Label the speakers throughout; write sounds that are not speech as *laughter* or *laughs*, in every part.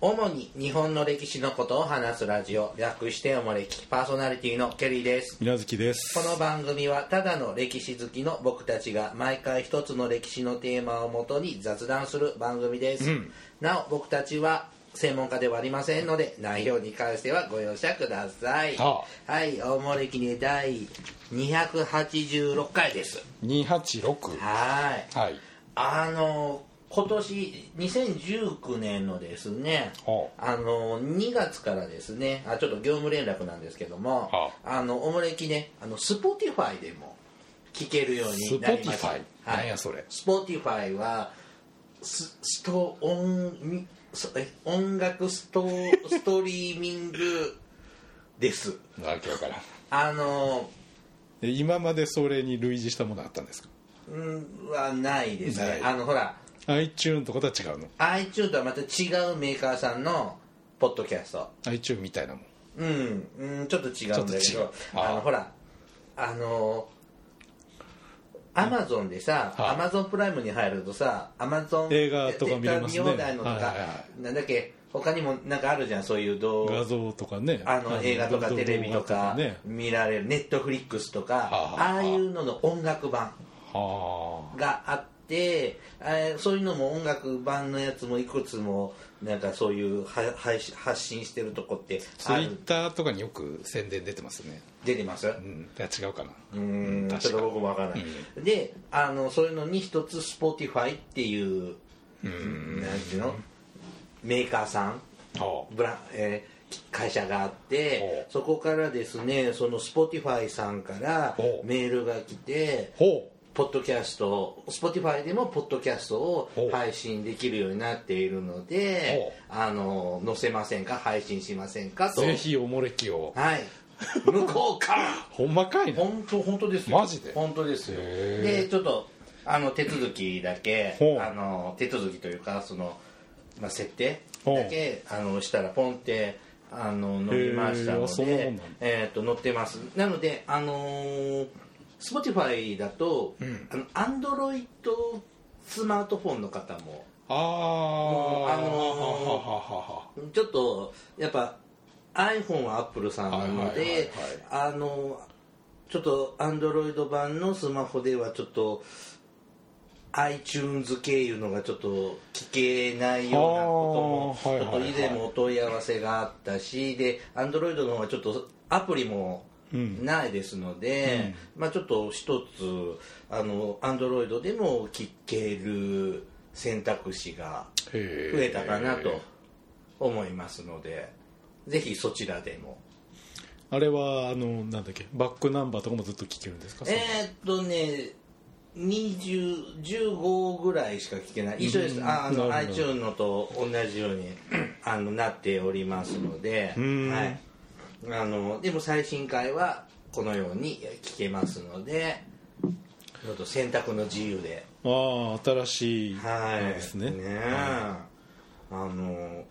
Speaker 1: 主に日本の歴史のことを話すラジオ略しておもれきパーソナリティのケリーです
Speaker 2: 水月です
Speaker 1: この番組はただの歴史好きの僕たちが毎回一つの歴史のテーマをもとに雑談する番組です、なお僕たちは専門家ではありませんので内容に関してはご容赦ください
Speaker 2: は
Speaker 1: はいおもれきね第286回です
Speaker 2: 286
Speaker 1: はい
Speaker 2: はい
Speaker 1: あの今年2019年のですね、
Speaker 2: は
Speaker 1: あの2月からですねあちょっと業務連絡なんですけども、
Speaker 2: は
Speaker 1: あのおもれきねあの Spotify でも聞けるようになりました
Speaker 2: Spotify なんやそれ
Speaker 1: Spotify はススト音みそえ音楽ストストリーミングです
Speaker 2: わけわからん
Speaker 1: あの
Speaker 2: え今までそれに類似したものあったんですか
Speaker 1: うんはないです
Speaker 2: な
Speaker 1: ね
Speaker 2: い
Speaker 1: あのほら
Speaker 2: iTune とかとは違うの
Speaker 1: iTunes とはまた違うメーカーさんのポッドキャスト
Speaker 2: iTune みたいなもん
Speaker 1: うん、うん、ちょっと違うんだけ
Speaker 2: ちょっ
Speaker 1: ど
Speaker 2: と
Speaker 1: あ
Speaker 2: 違うあ
Speaker 1: の
Speaker 2: あ
Speaker 1: ほらあのアマゾンでさ
Speaker 2: は
Speaker 1: ア
Speaker 2: い
Speaker 1: マゾンプライムに入るとさアマゾン
Speaker 2: 映画とか見れますね
Speaker 1: 放題のとか、
Speaker 2: はいはいは
Speaker 1: なんだっけ他にもなんかあるじゃんそういう動画
Speaker 2: 画像とかね
Speaker 1: あの映画とか
Speaker 2: 動画
Speaker 1: テレビとか
Speaker 2: ね
Speaker 1: 見られるネットフリックスとか
Speaker 2: ああ
Speaker 1: ああいうのの音楽版
Speaker 2: は
Speaker 1: があって、えーそういうのも音楽版のやつもいくつもなんかそういうは配信発信してるとこって
Speaker 2: あツイ
Speaker 1: ある
Speaker 2: ッターとかによく宣伝出てますね
Speaker 1: 出てます
Speaker 2: うんいや違うかな
Speaker 1: うーん
Speaker 2: 確か
Speaker 1: ちょっと僕もわからない、であのそういうのに一つ Spotify っていうなんていうのメーカーさん
Speaker 2: は
Speaker 1: ブラ、えーき会社があって
Speaker 2: ほう
Speaker 1: そこからですねその Spotify さんから
Speaker 2: ほう
Speaker 1: メールが来て
Speaker 2: ほ
Speaker 1: ポッドキャストを Spotify でもポッドキャストを
Speaker 2: ほう
Speaker 1: 配信できるようになっているのであの載せませんか配信しませんか
Speaker 2: う
Speaker 1: と
Speaker 2: ぜひおもれきを
Speaker 1: はい向こうから
Speaker 2: ほんまかいな
Speaker 1: 本当本当ですよ
Speaker 2: マジで
Speaker 1: 本当ですよ
Speaker 2: へー
Speaker 1: でちょっとあの手続きだけ
Speaker 2: ほう
Speaker 1: あの手続きというかその、まあ、設定
Speaker 2: ほう
Speaker 1: だけあのしたらポンってあの載りました
Speaker 2: へー
Speaker 1: の
Speaker 2: あそんなもんなん
Speaker 1: で
Speaker 2: だ、
Speaker 1: えー、と載ってますなのであのー Spotify だと、あのアンドロイドスマートフォンの方も
Speaker 2: ああ
Speaker 1: あのー
Speaker 2: はははは
Speaker 1: ちょっとやっぱ iPhone は Apple さんなの
Speaker 2: はいはい
Speaker 1: であのちょっと Android 版のスマホではちょっと iTunes 経由のがちょっと聞けないようなこと
Speaker 2: あー
Speaker 1: もちょっ
Speaker 2: はいはいは
Speaker 1: と
Speaker 2: い
Speaker 1: 以前もお問い合わせがあったしで Android の方はちょっとアプリも
Speaker 2: うん
Speaker 1: ないですので、まあ、ちょっと一つあの Android でも聞ける選択肢が
Speaker 2: 増え
Speaker 1: 増えたかなと思いますので、ぜひそちらでも。
Speaker 2: あれはあのなんだっけバックナンバーとかもずっと聴けるんですか、
Speaker 1: えーっとね、20 15ぐらいしか聞けない一緒です、ああの
Speaker 2: なるほ
Speaker 1: iTune のと同じよう *clears throat* にあのなっておりますので、
Speaker 2: ん
Speaker 1: はい、あのでも最新回はこのように聞けますのでちょっと選択の自由で
Speaker 2: ああ新しいの
Speaker 1: はい
Speaker 2: ですね,、
Speaker 1: えあの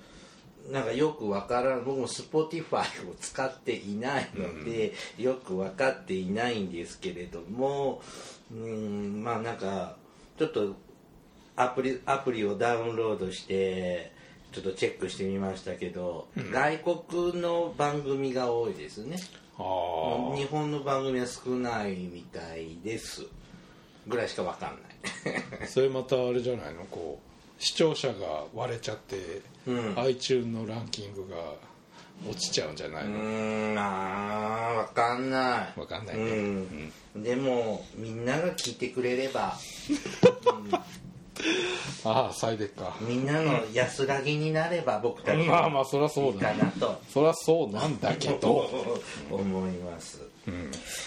Speaker 1: なんかよくわからん僕も Spotify を使っていないので、よく分かっていないんですけれどもうんまあなんかちょっとアプリアプリをダウンロードしてちょっとチェックしてみましたけど、外国の番組が多いですね
Speaker 2: あ
Speaker 1: 日
Speaker 2: ー
Speaker 1: 本の番組は少ないみたいですぐらいしかわかんない
Speaker 2: それまたあれじゃないのこう視聴者が割れちゃって、
Speaker 1: うん
Speaker 2: iTune のランキングが落ちちゃうんじゃないうの、
Speaker 1: ーんあーわかんない
Speaker 2: わかんないね
Speaker 1: うんでもみんなが聞いてくれれば
Speaker 2: ああ最でか、
Speaker 1: みんなの安らぎになれば僕たち
Speaker 2: まあまあそりゃそうだ
Speaker 1: かなと
Speaker 2: そりゃそうなんだけど
Speaker 1: *laughs* 思います、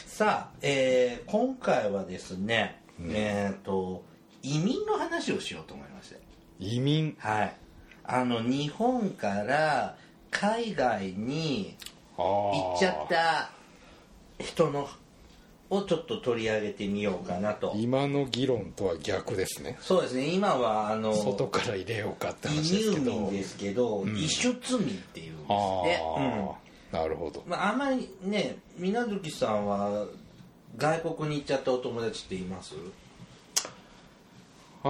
Speaker 1: さあ、えー今回はですね、えっ、と移民の話をしようと思いまして
Speaker 2: 移民
Speaker 1: はいあの日本から海外に
Speaker 2: ああ
Speaker 1: 行っちゃった人のをちょっと取り上げてみようかなと
Speaker 2: 今の議論とは逆ですね
Speaker 1: そうですね今はあの
Speaker 2: 外から入れようかって話で
Speaker 1: 移
Speaker 2: す
Speaker 1: 入
Speaker 2: け
Speaker 1: 民
Speaker 2: ど
Speaker 1: ですけど、移出民っていうんです
Speaker 2: あ
Speaker 1: ね
Speaker 2: あ、なるほど
Speaker 1: うんまあ、あんまりね水月さんは外国に行っちゃったお友達っています
Speaker 2: あ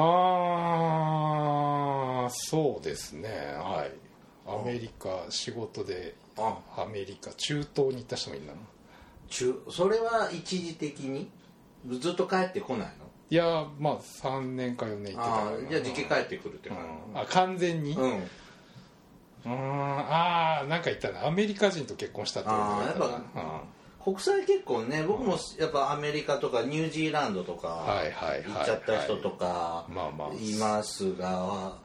Speaker 2: あそうですねはいアメリカ仕事で
Speaker 1: あ
Speaker 2: アメリカ中東に行った人もいるんだな
Speaker 1: 中それは一時的にずっと帰ってこないの
Speaker 2: いやまあ3年か4年行ってたか
Speaker 1: あ
Speaker 2: ら
Speaker 1: あじゃあ時期帰ってくるって
Speaker 2: う
Speaker 1: 感
Speaker 2: んあ完全に
Speaker 1: じ
Speaker 2: う
Speaker 1: うん
Speaker 2: ーんああなんか言ったなアメリカ人と結婚したってことだったな
Speaker 1: あー国際結婚ね僕もやっぱアメリカとかニュージーランドと
Speaker 2: うんは
Speaker 1: か
Speaker 2: いはいはいはい
Speaker 1: 行っちゃった人とか
Speaker 2: まあまあ
Speaker 1: いますが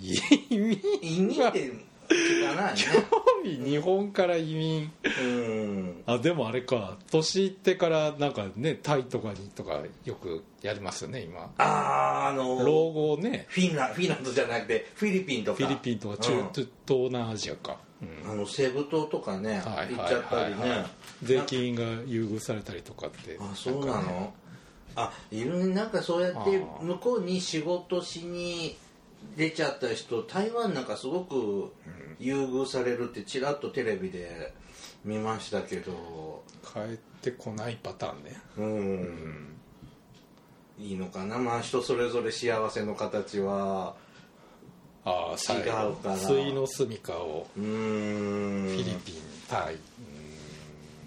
Speaker 2: 移民
Speaker 1: 移民って聞か
Speaker 2: *laughs*
Speaker 1: ないね
Speaker 2: 日本から移民
Speaker 1: うん
Speaker 2: あでもあれか年いってからなんかねタイとかにとかよくやりますよね今
Speaker 1: あああの
Speaker 2: 老後ね
Speaker 1: フィンラフィンランドじゃなくてフィリピンとか
Speaker 2: フィリピンとか中、
Speaker 1: うん
Speaker 2: 東南アジアか、うん
Speaker 1: あのセブ島とかね
Speaker 2: はい
Speaker 1: 行っ
Speaker 2: は
Speaker 1: ち
Speaker 2: い
Speaker 1: ゃった
Speaker 2: は
Speaker 1: り
Speaker 2: い
Speaker 1: ね、
Speaker 2: はい税金が優遇されたりとかって
Speaker 1: あそうな
Speaker 2: かね
Speaker 1: のあいるねなんかそうやって
Speaker 2: あー
Speaker 1: 向こうに仕事しに出ちゃった人台湾なんかすごく優遇されるってちらっとテレビで見ましたけど
Speaker 2: 帰ってこないパターンね
Speaker 1: うん、いいのかなまあ人それぞれ幸せの形は
Speaker 2: ああ最
Speaker 1: 違う
Speaker 2: 後
Speaker 1: から
Speaker 2: 水の住みかを
Speaker 1: うーん
Speaker 2: フィリピン、タイう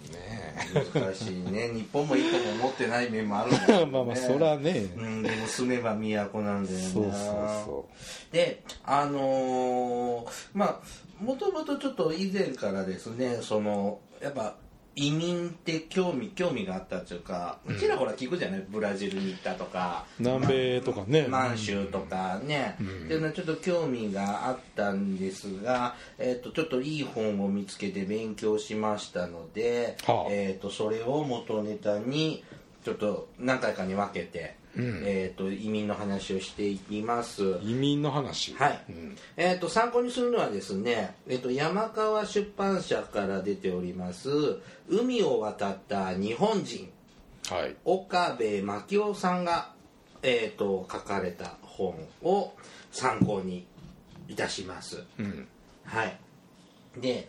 Speaker 2: んね
Speaker 1: 難しい
Speaker 2: *laughs*
Speaker 1: ね日本もいいとも思ってない面もあるんだけど
Speaker 2: え
Speaker 1: ね
Speaker 2: *laughs* まあまあそらね
Speaker 1: うんでも住めば都なんだよね
Speaker 2: そうそうそう
Speaker 1: であのーまあもともとちょっと以前からですねそのやっぱ移民って興味興味があったというかちらほら聞くじゃない、ブラジルに行ったとか
Speaker 2: 南米とかね
Speaker 1: 満州とかね、っていうのはちょっと興味があったんですが、えっとちょっといい本を見つけて勉強しましたので、
Speaker 2: はあ
Speaker 1: えっとそれを元ネタにちょっと何回かに分けて、えっと移民の話をしていきます。
Speaker 2: 移民の話
Speaker 1: はい、
Speaker 2: うん
Speaker 1: えー、と参考にするのはですね、えー、と山川出版社から出ております「海を渡った日本人」
Speaker 2: はい
Speaker 1: 岡部真紀夫さんが、えー、と書かれた本を参考にいたします。
Speaker 2: うん
Speaker 1: はい、で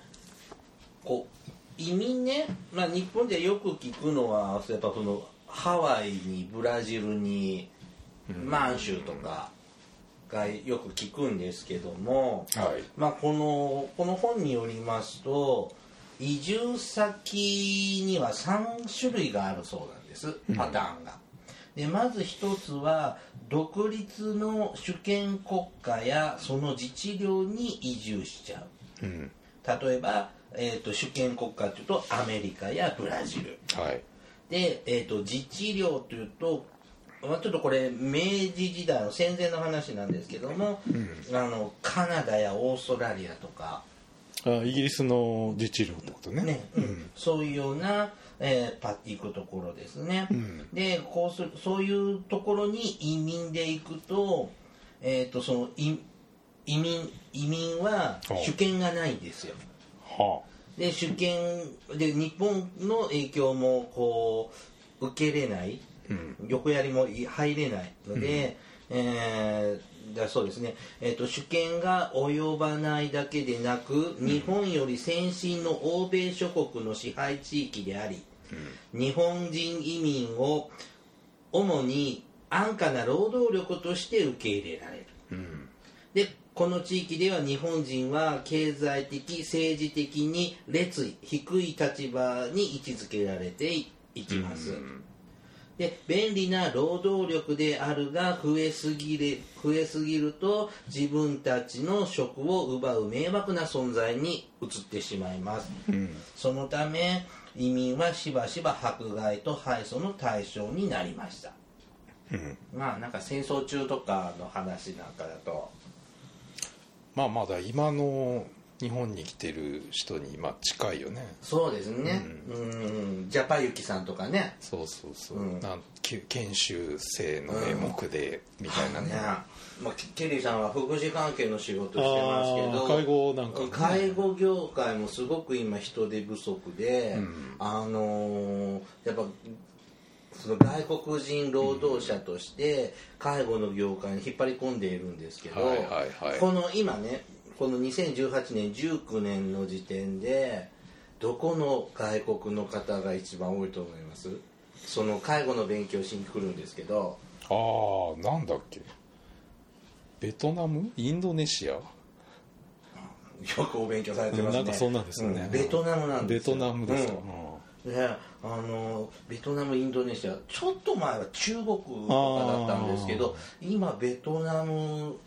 Speaker 1: こう移民ね、まあ、日本でよく聞くのはやっぱそのハワイにブラジルに満州とかがよく聞くんですけども、
Speaker 2: はい
Speaker 1: まあ、このこの本によりますと移住先には3種類があるそうなんですパターンが。でまず一つは独立の主権国家やその自治領に移住しちゃう
Speaker 2: うん
Speaker 1: 例えば、えー、と主権国家というとアメリカやブラジル
Speaker 2: はい
Speaker 1: で、えー、と自治領というと、まあ、ちょっとこれ明治時代の戦前の話なんですけども、あのカナダやオーストラリアとか、
Speaker 2: あイギリスの自治領ってことね
Speaker 1: ねうん、そういうような、えーパッて行くところですね、でこうするそういうところに移民で行くと,、えー、とそのい移民移民は
Speaker 2: お
Speaker 1: 主権がないんですよ
Speaker 2: は
Speaker 1: で主権で日本の影響もこう受けれない、横やりも入れないので、えーだそうですね、えー、と主権が及ばないだけでなく日本より先進の欧米諸国の支配地域であり、日本人移民を主に安価な労働力として受け入れられる。でこの地域では日本人は経済的政治的に劣位低い立場に位置づけられていきます、で便利な労働力であるが増えすぎれ増えすぎると自分たちの職を奪う迷惑な存在に移ってしまいます、そのため移民はしばしば迫害と敗訴の対象になりましたまあなんか戦争中とかの話なんかだと
Speaker 2: まあまだ今の日本に来てる人にまあ近いよね
Speaker 1: そうですねうんジャパユキさんとかね
Speaker 2: そうそうそう、
Speaker 1: うん
Speaker 2: なんき研修生の名目で、みたいな
Speaker 1: ね
Speaker 2: ね、
Speaker 1: まあ、ケケリーさんは福祉関係の仕事してますけど
Speaker 2: あー介護なんかね
Speaker 1: 介護業界もすごく今人手不足で、あのーやっぱその外国人労働者として介護の業界に引っ張り込んでいるんですけど、
Speaker 2: はいはいはい
Speaker 1: この今ねこの2018年19年の時点でどこの外国の方が一番多いと思いますその介護の勉強しに来るんですけど
Speaker 2: ああなんだっけベトナムインドネシア
Speaker 1: よくお勉強されてますね
Speaker 2: なんかそうなんですよね
Speaker 1: ベトナムなんで
Speaker 2: ベ
Speaker 1: すよ
Speaker 2: トナムです
Speaker 1: う
Speaker 2: よ、
Speaker 1: ん
Speaker 2: うん
Speaker 1: ね、あのベトナムインドネシアちょっと前は中国とかだったんですけど今ベトナム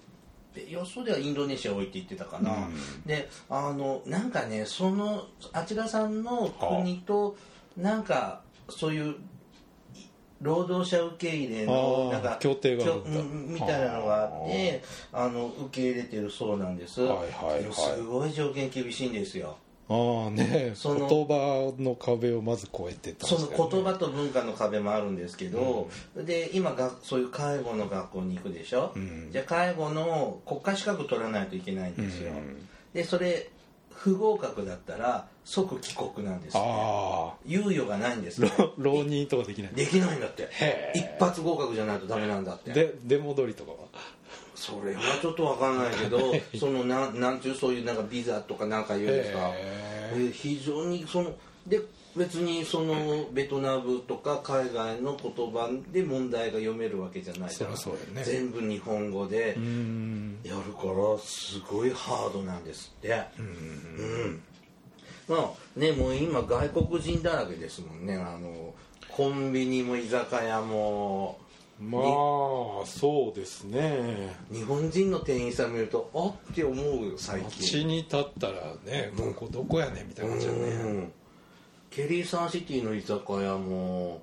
Speaker 1: で予想ではインドネシア多いって言ってたかな、
Speaker 2: うん
Speaker 1: であのなんかねそのあちらさんの国となんかそういうい労働者受け入れの
Speaker 2: あ
Speaker 1: な
Speaker 2: ー
Speaker 1: んか
Speaker 2: 協定があるんだ
Speaker 1: きょうんみたいなのがあってあの受け入れてるそうなんです、
Speaker 2: はいはいはい
Speaker 1: でもすごい条件厳しいんですよ
Speaker 2: ああね
Speaker 1: その
Speaker 2: 言葉の壁をまず越えてたん
Speaker 1: そ
Speaker 2: です
Speaker 1: の
Speaker 2: よね
Speaker 1: 言葉と文化の壁もあるんですけど、で今がそういう介護の学校に行くでしょ、
Speaker 2: ん
Speaker 1: じゃあ介護の国家資格取らないといけないんですよ、
Speaker 2: うん
Speaker 1: でそれ不合格だったら即帰国なんですよ
Speaker 2: あ
Speaker 1: 猶予がないんですよ
Speaker 2: あ *laughs* 浪人とかできない
Speaker 1: できないんだって
Speaker 2: へえ
Speaker 1: 一発合格じゃないとダメなんだって
Speaker 2: で出戻りとかは
Speaker 1: それはちょっとわかんないけ
Speaker 2: *laughs*
Speaker 1: どそのなんなんていうそういうなんかビザとかなんか言うんですか、
Speaker 2: へ
Speaker 1: えー非常にそので別にそのベトナムとか海外の言葉で問題が読めるわけじゃない
Speaker 2: そ
Speaker 1: から
Speaker 2: りゃそうだよね
Speaker 1: 全部日本語で
Speaker 2: うん
Speaker 1: やるからすごいハードなんですってうんまあねもう今外国人だらけですもんねあのコンビニも居酒屋も
Speaker 2: まあそうですね
Speaker 1: 日本人の店員さん見るとあって思うよ最近
Speaker 2: 街に立ったらねここどこやねんみたいな感じだ
Speaker 1: う
Speaker 2: ね
Speaker 1: んケリーサンシティの居酒屋も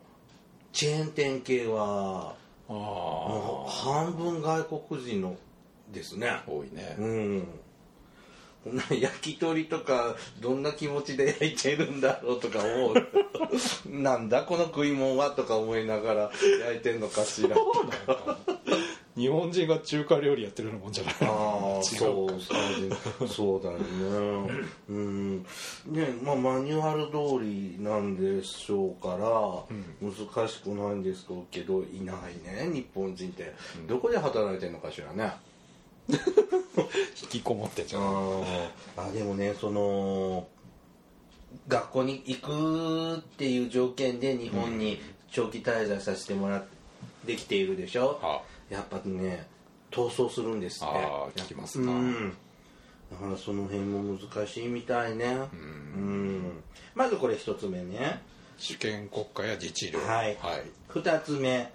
Speaker 1: チェーン店系は
Speaker 2: ああ
Speaker 1: もう半分外国人のですね
Speaker 2: 多いね
Speaker 1: うんこんな焼き鳥とかどんな気持ちで焼いてるんだろうとか思うなんだこの食い物はとか思いながら焼いてんのかしら
Speaker 2: 日本人が中華料理やってるようなもんじゃない
Speaker 1: ああ
Speaker 2: 違う
Speaker 1: そうそうそうだよねうんねまあマニュアル通りなんでしょうから難しくないんですけどいないね日本人ってどこで働いてんのかしらね
Speaker 2: 引きこもってちゃう
Speaker 1: ああでもねその学校に行くっていう条件で日本に長期滞在させてもらってきているでしょ、
Speaker 2: あ
Speaker 1: やっぱね逃走するんですって
Speaker 2: あー聞きますな
Speaker 1: うんだからその辺も難しいみたいねうんまずこれ一つ目ね
Speaker 2: 主権国家や自治領
Speaker 1: はい二つ目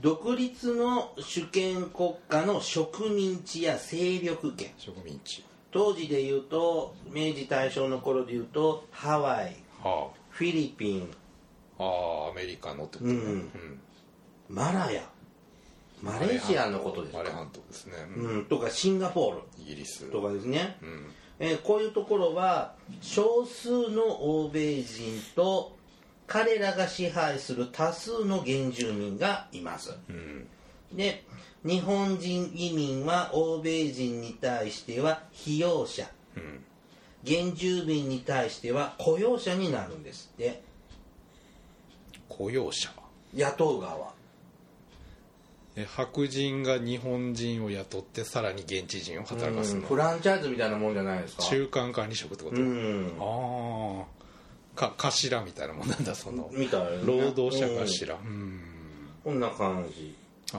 Speaker 1: 独立の主権国家の植民地や勢力圏
Speaker 2: 植民地
Speaker 1: 当時で言うと明治大正の頃で言うとハワイ
Speaker 2: は
Speaker 1: フィリピン
Speaker 2: あああアメリカのってこと
Speaker 1: う
Speaker 2: ね
Speaker 1: ん、マラヤマレーシアのことです
Speaker 2: マレー
Speaker 1: か、
Speaker 2: 半島ですねうん
Speaker 1: うん、とかシンガポール
Speaker 2: イギリス
Speaker 1: とかですね、
Speaker 2: うん
Speaker 1: えーこういうところは少数の欧米人と彼らが支配する多数の原住民がいます、で日本人移民は欧米人に対しては被用者、
Speaker 2: うん
Speaker 1: 原住民に対しては雇用者になるんですって
Speaker 2: 雇用者
Speaker 1: 雇う側
Speaker 2: え白人が日本人を雇ってさらに現地人を働かす
Speaker 1: うん
Speaker 2: の
Speaker 1: フランチャイズみたいなもんじゃないですか
Speaker 2: 中間管理職ってこと
Speaker 1: うん
Speaker 2: ああか頭みたいなもんなんだその
Speaker 1: みたいなね
Speaker 2: 労働者
Speaker 1: うん
Speaker 2: 頭うん
Speaker 1: こんな感じ
Speaker 2: あ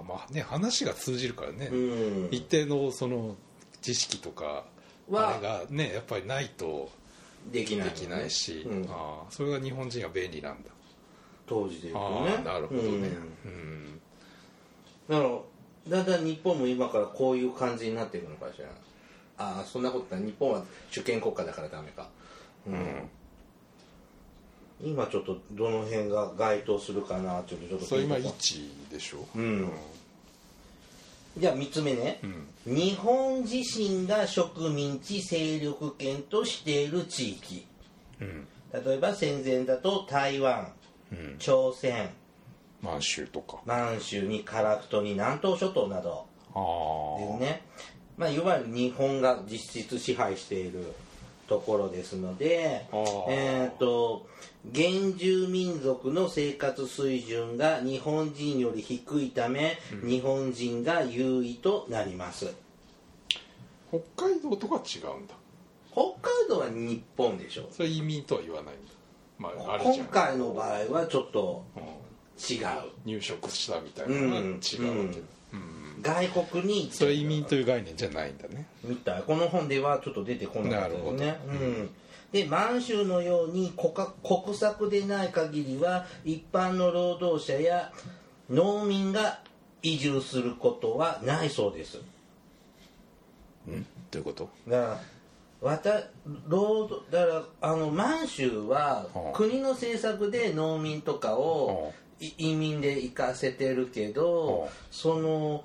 Speaker 2: あまあね話が通じるからね、
Speaker 1: うん
Speaker 2: 一定のその知識とか
Speaker 1: は
Speaker 2: あれがねやっぱりないと
Speaker 1: できない
Speaker 2: で
Speaker 1: のね
Speaker 2: きないし、
Speaker 1: うん
Speaker 2: ああそれが日本人は便利なんだ
Speaker 1: 当時で言う
Speaker 2: あ
Speaker 1: と
Speaker 2: あ、
Speaker 1: ね
Speaker 2: なるほどね
Speaker 1: うん
Speaker 2: うん、
Speaker 1: だからだんだん日本も今からこういう感じになっていくのかしらああそんなことない日本は主権国家だからダメかうん、今ちょっとどの辺が該当するかなちょっとちょっと
Speaker 2: それ今
Speaker 1: 聞いてた
Speaker 2: 1でしょ、
Speaker 1: うんじゃあ3つ目ね、日本自身が植民地勢力圏としている地域、例えば戦前だと台湾、朝鮮
Speaker 2: 満州とか
Speaker 1: 満州に樺太に南東諸島など
Speaker 2: あ
Speaker 1: で
Speaker 2: あ
Speaker 1: すね、まあ、いわゆる日本が実質支配しているところですので
Speaker 2: あー、
Speaker 1: えー、と原住民族の生活水準が日本人より低いため、日本人が優位となります
Speaker 2: 北海道とかは違うんだ
Speaker 1: 北海道は日本でしょ
Speaker 2: それ移民とは言わないんだまああれじゃ
Speaker 1: 今
Speaker 2: ん、
Speaker 1: 回の場合はちょっと
Speaker 2: うん
Speaker 1: 違う
Speaker 2: 入植したみたいなのが違うわけだ、
Speaker 1: うんうん
Speaker 2: うん
Speaker 1: 外国に行って
Speaker 2: それは移民という概念じゃないんだね
Speaker 1: みたいこの本ではちょっと出てこなかったです
Speaker 2: なる
Speaker 1: ね、うん、で満州のように国家国策でない限りは一般の労働者や農民が移住することはないそうです
Speaker 2: うんどういうこと
Speaker 1: だからわた労働だからあの満州は
Speaker 2: はあ
Speaker 1: 国の政策で農民とかを
Speaker 2: はあ
Speaker 1: い移民で行かせてるけど
Speaker 2: はあ
Speaker 1: その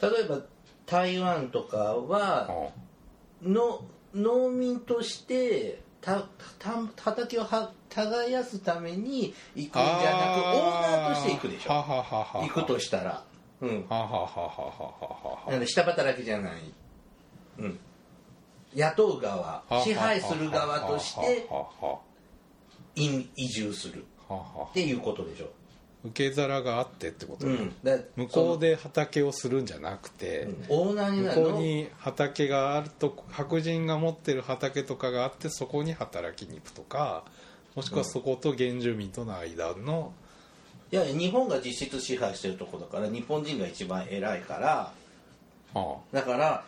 Speaker 1: 例えば台湾とかは
Speaker 2: あ
Speaker 1: の農民としてたた畑をは耕すために行くんじゃなくオーナーとして行くでし
Speaker 2: は
Speaker 1: ょ
Speaker 2: ははは
Speaker 1: 行くとしたら、うん、
Speaker 2: ははははは
Speaker 1: な
Speaker 2: は
Speaker 1: んで下働きじゃない、うん、雇う側支配する側として
Speaker 2: ははは
Speaker 1: 移移住するっ
Speaker 2: はは
Speaker 1: ていうことでしょ、
Speaker 2: 受け皿があってってこと
Speaker 1: う
Speaker 2: だ、
Speaker 1: ん、だ
Speaker 2: 向こうで畑をするんじゃなくて、
Speaker 1: そのオーナーにな
Speaker 2: 向
Speaker 1: る
Speaker 2: こ
Speaker 1: の
Speaker 2: うに畑があると白人が持ってる畑とかがあってそこに働きに行くとかもしくはそこと原住民との間の、
Speaker 1: いや日本が実質支配してるとこだから日本人が一番偉いから
Speaker 2: あ
Speaker 1: だから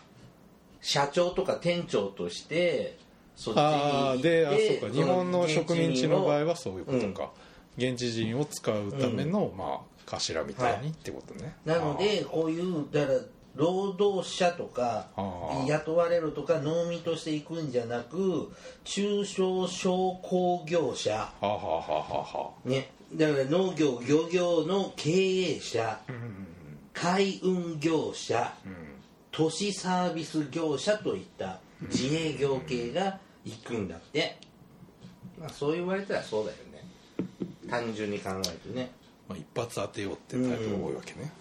Speaker 1: 社長とか店長としてそっちに
Speaker 2: あ
Speaker 1: 行
Speaker 2: あ
Speaker 1: っ
Speaker 2: で
Speaker 1: て
Speaker 2: あそうか日本の植民地の場
Speaker 1: は
Speaker 2: 合はそういうことか、現地人を使うための、まあ頭みたい
Speaker 1: はい
Speaker 2: にってことね、
Speaker 1: なのでこういうだから労働者とか
Speaker 2: あー
Speaker 1: 雇われるとか農民として行くんじゃなく中小商工業者
Speaker 2: はあはあはあはあは
Speaker 1: ねだから農業漁業の経営者
Speaker 2: あうん
Speaker 1: 海運業者
Speaker 2: うん
Speaker 1: 都市サービス業者といった自営業系が行くんだって、まあ、そう言われたらそうだよね単純に考えてね
Speaker 2: まあ、一発当てようってタイプが多いわけね、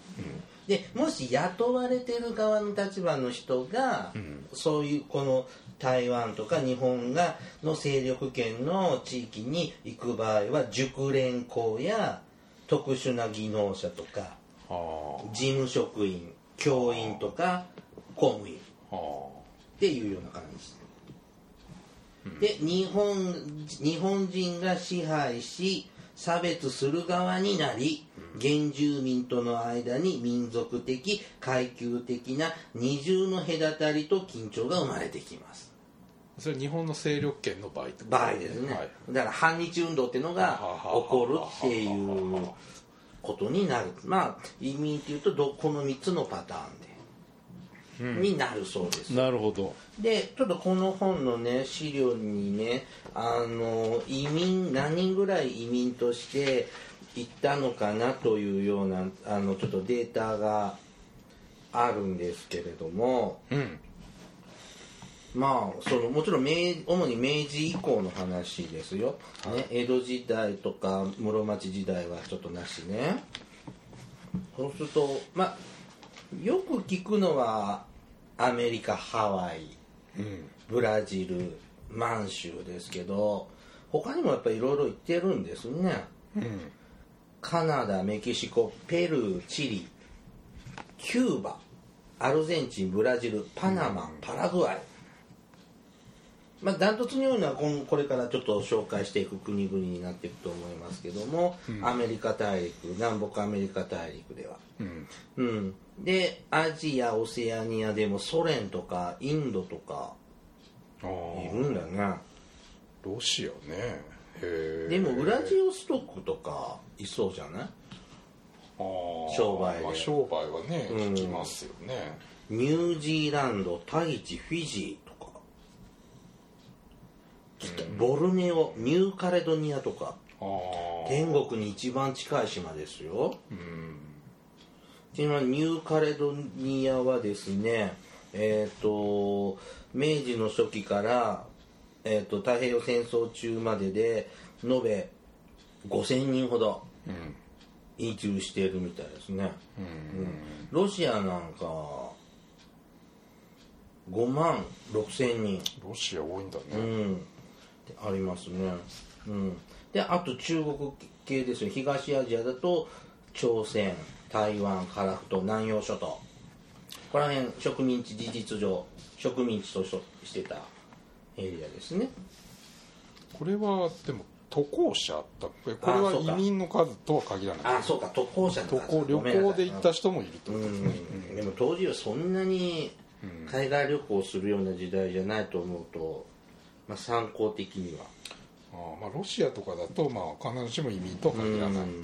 Speaker 1: でもし雇われてる側の立場の人が、
Speaker 2: ん
Speaker 1: そういうこの台湾とか日本がの勢力圏の地域に行く場合は熟練工や特殊な技能者とか
Speaker 2: は
Speaker 1: 事務職員教員とか公務員
Speaker 2: あは
Speaker 1: っていうような感じで、日本日本人が支配し差別する側になり原住民との間に民族的階級的な二重の隔たりと緊張が生まれてきます
Speaker 2: あそれ日本の勢力圏の場合ってこと
Speaker 1: 場合ですね、
Speaker 2: はい
Speaker 1: だから反日運動っていうのが起こるっていうことになるまあ移民っていうとどこの3つのパターンで、になるそうです
Speaker 2: なるほど
Speaker 1: でちょっとこの本のね資料にねあの移民何人ぐらい移民として行ったのかなというようなあのちょっとデータがあるんですけれども
Speaker 2: うん
Speaker 1: まあそのもちろん明主に明治以降の話ですよ、ね、江戸時代とか室町時代はちょっとなしねそうするとまあよく聞くのはアメリカハワイ
Speaker 2: うん
Speaker 1: ブラジル満州ですけど他にもやっぱりいろいろ行ってるんですね
Speaker 2: うん
Speaker 1: カナダメキシコペルーチリキューバアルゼンチンブラジルパナマパラグアイまあダントツに多いのは今これからちょっと紹介していく国々になっていくと思いますけども、アメリカ大陸南北アメリカ大陸では
Speaker 2: うん
Speaker 1: うん、でアジアオセアニアでもソ連とかインドとか
Speaker 2: あ
Speaker 1: い
Speaker 2: あ
Speaker 1: るんだね
Speaker 2: ロシアねへえ
Speaker 1: でもウラジオストクとかいそうじゃない
Speaker 2: あー
Speaker 1: 商売で
Speaker 2: まあ、商売はね
Speaker 1: ん
Speaker 2: 聞きますよね、
Speaker 1: ニュージーランドタイチフィジーとか北ボルネオニューカレドニアとか
Speaker 2: あ
Speaker 1: 天国に一番近い島ですよ
Speaker 2: あうん
Speaker 1: ちなみにニューカレドニアはですねえっ、と明治の初期から、えー、と太平洋戦争中までで延べ5000人ほど
Speaker 2: うん
Speaker 1: 移住しているみたいですね、
Speaker 2: うん
Speaker 1: ロシアなんか5万6千人、
Speaker 2: ロシア多いんだね、
Speaker 1: うん、ってありますね、うん、であと中国系ですよ東アジアだと朝鮮台湾樺太南洋諸島この辺植民地事実上植民地としてたエリアですね
Speaker 2: これはでも渡航者だっけこれ
Speaker 1: あ
Speaker 2: は
Speaker 1: そう
Speaker 2: 移
Speaker 1: か
Speaker 2: 民の数とは限らない
Speaker 1: あそうか渡航者の
Speaker 2: 渡
Speaker 1: 方
Speaker 2: 航旅
Speaker 1: ごめんな
Speaker 2: 行
Speaker 1: さ
Speaker 2: で
Speaker 1: い
Speaker 2: 行った人もいるって
Speaker 1: う
Speaker 2: ことですね、
Speaker 1: んでも当時はそんなに海外旅行するような時代じゃないと思うと、まあ、参考的には
Speaker 2: あーまあ、ロシアとかだと、まあ、必ずしも移民とは限ら
Speaker 1: う
Speaker 2: ないと、
Speaker 1: ん
Speaker 2: うん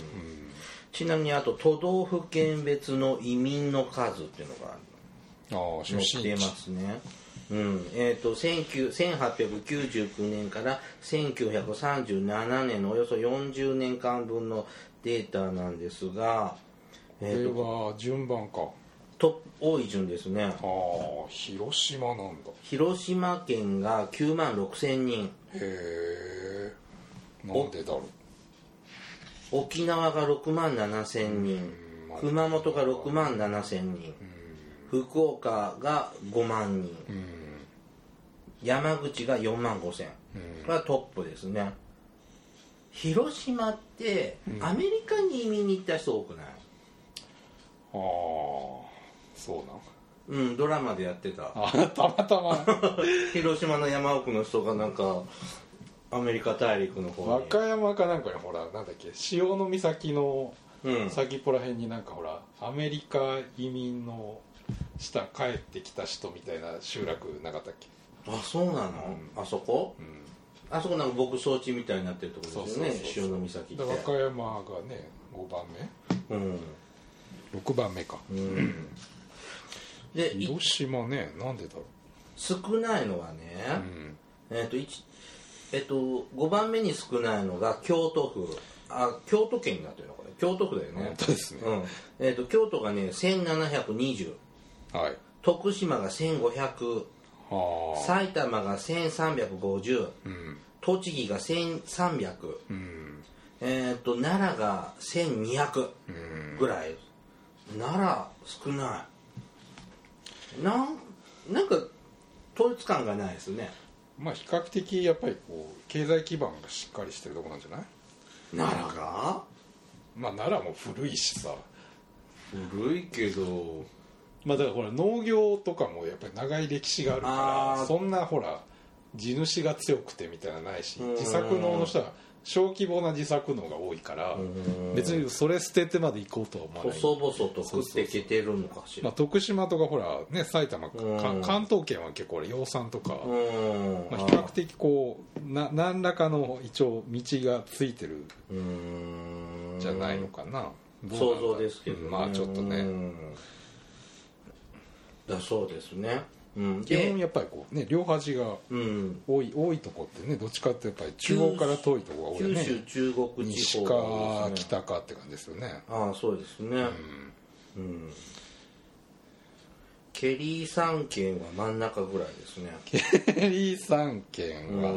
Speaker 1: ちなみにあと都道府県別の移民の数っていうのがある
Speaker 2: ああ出
Speaker 1: 載って
Speaker 2: 身
Speaker 1: ま
Speaker 2: 地
Speaker 1: すね、うんえー、と19 1899年から1937年のおよそ40年間分のデータなんですが、
Speaker 2: こ
Speaker 1: え
Speaker 2: れ
Speaker 1: ー、と
Speaker 2: は順番か
Speaker 1: と多い順ですね
Speaker 2: ああ広島なんだ
Speaker 1: 広島県が9万6000人
Speaker 2: へえなんでだろう
Speaker 1: 沖縄が6万7千人
Speaker 2: うん
Speaker 1: 熊本が6万7千人福岡が5万人
Speaker 2: うん
Speaker 1: 山口が4万5千これはトップですね広島ってアメリカに移民に行った人多くない
Speaker 2: ああそうなん
Speaker 1: うんドラマでやってた
Speaker 2: あたまたま
Speaker 1: *laughs* 広島の山奥の人がなんかアメリカ大陸の方
Speaker 2: *laughs* 和
Speaker 1: に
Speaker 2: 歌山かなんかにほらなんだっけ潮の岬の
Speaker 1: うん
Speaker 2: 先っぽら辺になんかほらアメリカ移民の下帰ってきた人みたいな集落なかったっけ、
Speaker 1: あそうなのあそこ
Speaker 2: うん
Speaker 1: あそこなんか牧草地みたいになってるところですよね
Speaker 2: そうそうそうそう
Speaker 1: 潮の岬っ
Speaker 2: で
Speaker 1: て
Speaker 2: 和歌山がね5番
Speaker 1: うん
Speaker 2: 目6番目か、
Speaker 1: うんでい
Speaker 2: 広島ねなんでだろ
Speaker 1: 少ないのはね、
Speaker 2: う、うん、
Speaker 1: えっ、と一えっ、と5番目に少ないのが京都府あ京都県になってるのこれ京都府だよね
Speaker 2: 本当ですね
Speaker 1: うんえっ、と京都がね1720
Speaker 2: はい
Speaker 1: 徳島が1500
Speaker 2: ああ
Speaker 1: 埼玉が1350
Speaker 2: うん
Speaker 1: 栃木が1300、
Speaker 2: うん
Speaker 1: えっ、と奈良が1200
Speaker 2: うん
Speaker 1: ぐらい、奈良少ないなんなんか統一感がないですね
Speaker 2: まあ比較的やっぱりこう経済基盤がしっかりしてるとこなんじゃない
Speaker 1: 奈良が
Speaker 2: まあ奈良も古いしさ
Speaker 1: 古いけど
Speaker 2: まあだからほら農業とかもやっぱり長い歴史があるか
Speaker 1: あ
Speaker 2: ら
Speaker 1: ー
Speaker 2: そんなほら地主が強くてみたいなのないし
Speaker 1: うん
Speaker 2: 自作農の人は小規模な自作農が多いから別にそれ捨ててまで行こうとは思わない
Speaker 1: 細々と食っていけてるのかし
Speaker 2: ま
Speaker 1: ら
Speaker 2: あ、徳島とかほらね埼玉か
Speaker 1: うん
Speaker 2: 関東圏は結構ほら養蚕とか、
Speaker 1: うん
Speaker 2: まあ、比較的こうな何らかの一応道がついてる
Speaker 1: うん
Speaker 2: じゃないのかな、どうなんだ
Speaker 1: 想像ですけど、
Speaker 2: うんまあちょっとね、
Speaker 1: うんだそうですねうん
Speaker 2: 基
Speaker 1: で
Speaker 2: 本やっぱりこうね両端が
Speaker 1: うん
Speaker 2: 多い多いとこってねどっちかってやっぱり中央から遠いとこが多いよ
Speaker 1: 九
Speaker 2: ね
Speaker 1: 州中国地方
Speaker 2: 西か
Speaker 1: ですね
Speaker 2: 北かって感じです
Speaker 1: *laughs*
Speaker 2: よね
Speaker 1: ああそうですねうん、ケリー山県は真ん中ぐらいですね
Speaker 2: ケリー三県は、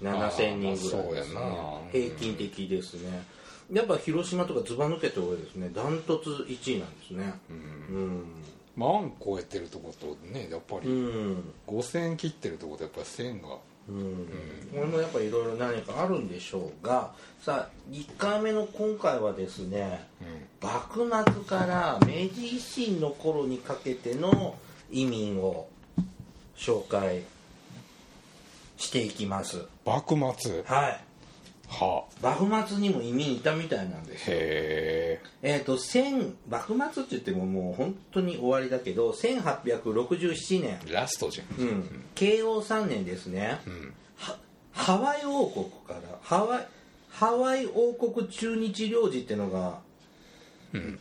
Speaker 1: 7000人ぐらいです、ね
Speaker 2: あーまあそうやな
Speaker 1: 平均的ですねやっぱ広島とかずば抜けて多いですねダントツ1位なんですね
Speaker 2: 万超えてるとことねやっぱ
Speaker 1: うんう
Speaker 2: り
Speaker 1: ん
Speaker 2: 5000切ってるとことやっぱり1000が
Speaker 1: うんこれもやっぱいろいろ何かあるんでしょうがさあ1回目の今回はですね、幕末から明治維新の頃にかけての移民を紹介していきます
Speaker 2: 幕末
Speaker 1: はい
Speaker 2: は
Speaker 1: 幕末にも移民いたみたいなんです
Speaker 2: へえ
Speaker 1: えー、と1000幕末って言ってももう本当に終わりだけど1867年、
Speaker 2: ラストじゃん、
Speaker 1: うん、慶応3年ですね、はハワイ王国からハワイハワイ王国中日領事ってのが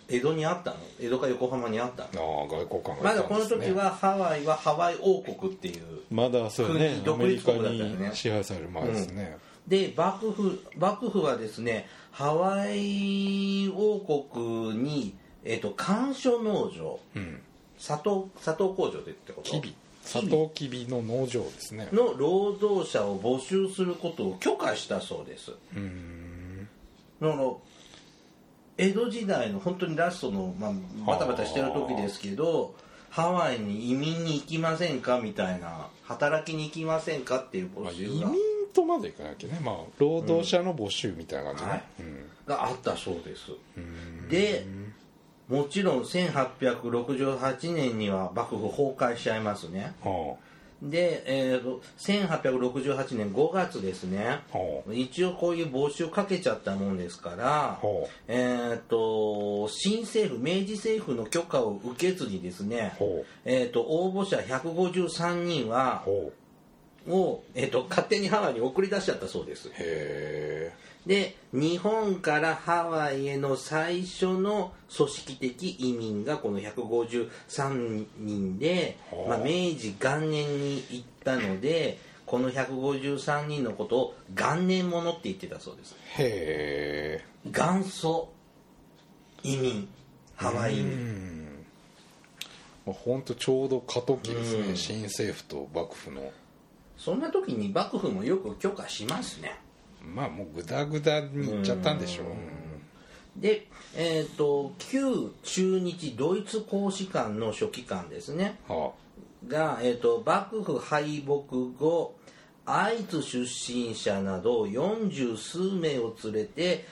Speaker 1: 江戸にあったの江戸か横浜にあったの
Speaker 2: ああ外交官が
Speaker 1: ま
Speaker 2: い
Speaker 1: だ
Speaker 2: たん
Speaker 1: この
Speaker 2: ですね
Speaker 1: 時はハワイはハワイ王国っていう
Speaker 2: まだそうね
Speaker 1: 国
Speaker 2: アメリカ
Speaker 1: 独立国だったよね
Speaker 2: に支配される前ですね、
Speaker 1: で幕府幕府はですねハワイ王国に、えー、と干渉農場、砂糖砂糖工場でってこと
Speaker 2: キビサトウキビの農場ですね
Speaker 1: の労働者を募集することを許可したそうですその江戸時代の本当にラストの、まあ、バタバタしてる時ですけどハワイに移民に行きませんかみたいな働きに行きませんかっていう
Speaker 2: ま
Speaker 1: 募
Speaker 2: あ移
Speaker 1: 集
Speaker 2: 民
Speaker 1: が,、
Speaker 2: とまでいかなきゃね、まあ、労働者の募集みたいな感じね、
Speaker 1: はいがあったそうですでもちろん1868年には幕府崩壊しちゃいますね
Speaker 2: うんは
Speaker 1: で、えー、1868年5月ですね
Speaker 2: ほう
Speaker 1: 一応こういう募集かけちゃったもんですから
Speaker 2: ほう
Speaker 1: えー、と新政府明治政府の許可を受けずにですね
Speaker 2: ほう
Speaker 1: えー、と応募者153人は
Speaker 2: ほう
Speaker 1: を、えー、と勝手にハワイに送り出しちゃったそうです
Speaker 2: へ
Speaker 1: で日本からハワイへの最初の組織的移民がこの153人で、
Speaker 2: ほう
Speaker 1: まあ、明治元年に行ったのでこの153人のことを元年者って言ってたそうです
Speaker 2: えへえ
Speaker 1: 元祖移民ハワイ移民
Speaker 2: 本当ちょうど過渡期ですね、
Speaker 1: うん
Speaker 2: 新政府と幕府の
Speaker 1: そんな時に幕府もよく許可しますね
Speaker 2: まあもうグダグダにいっちゃったんでしょう、
Speaker 1: で、えー、と旧中日ドイツ公使館の書記官ですね
Speaker 2: は
Speaker 1: が、えー、と幕府敗北後会津出身者など40数名を連れて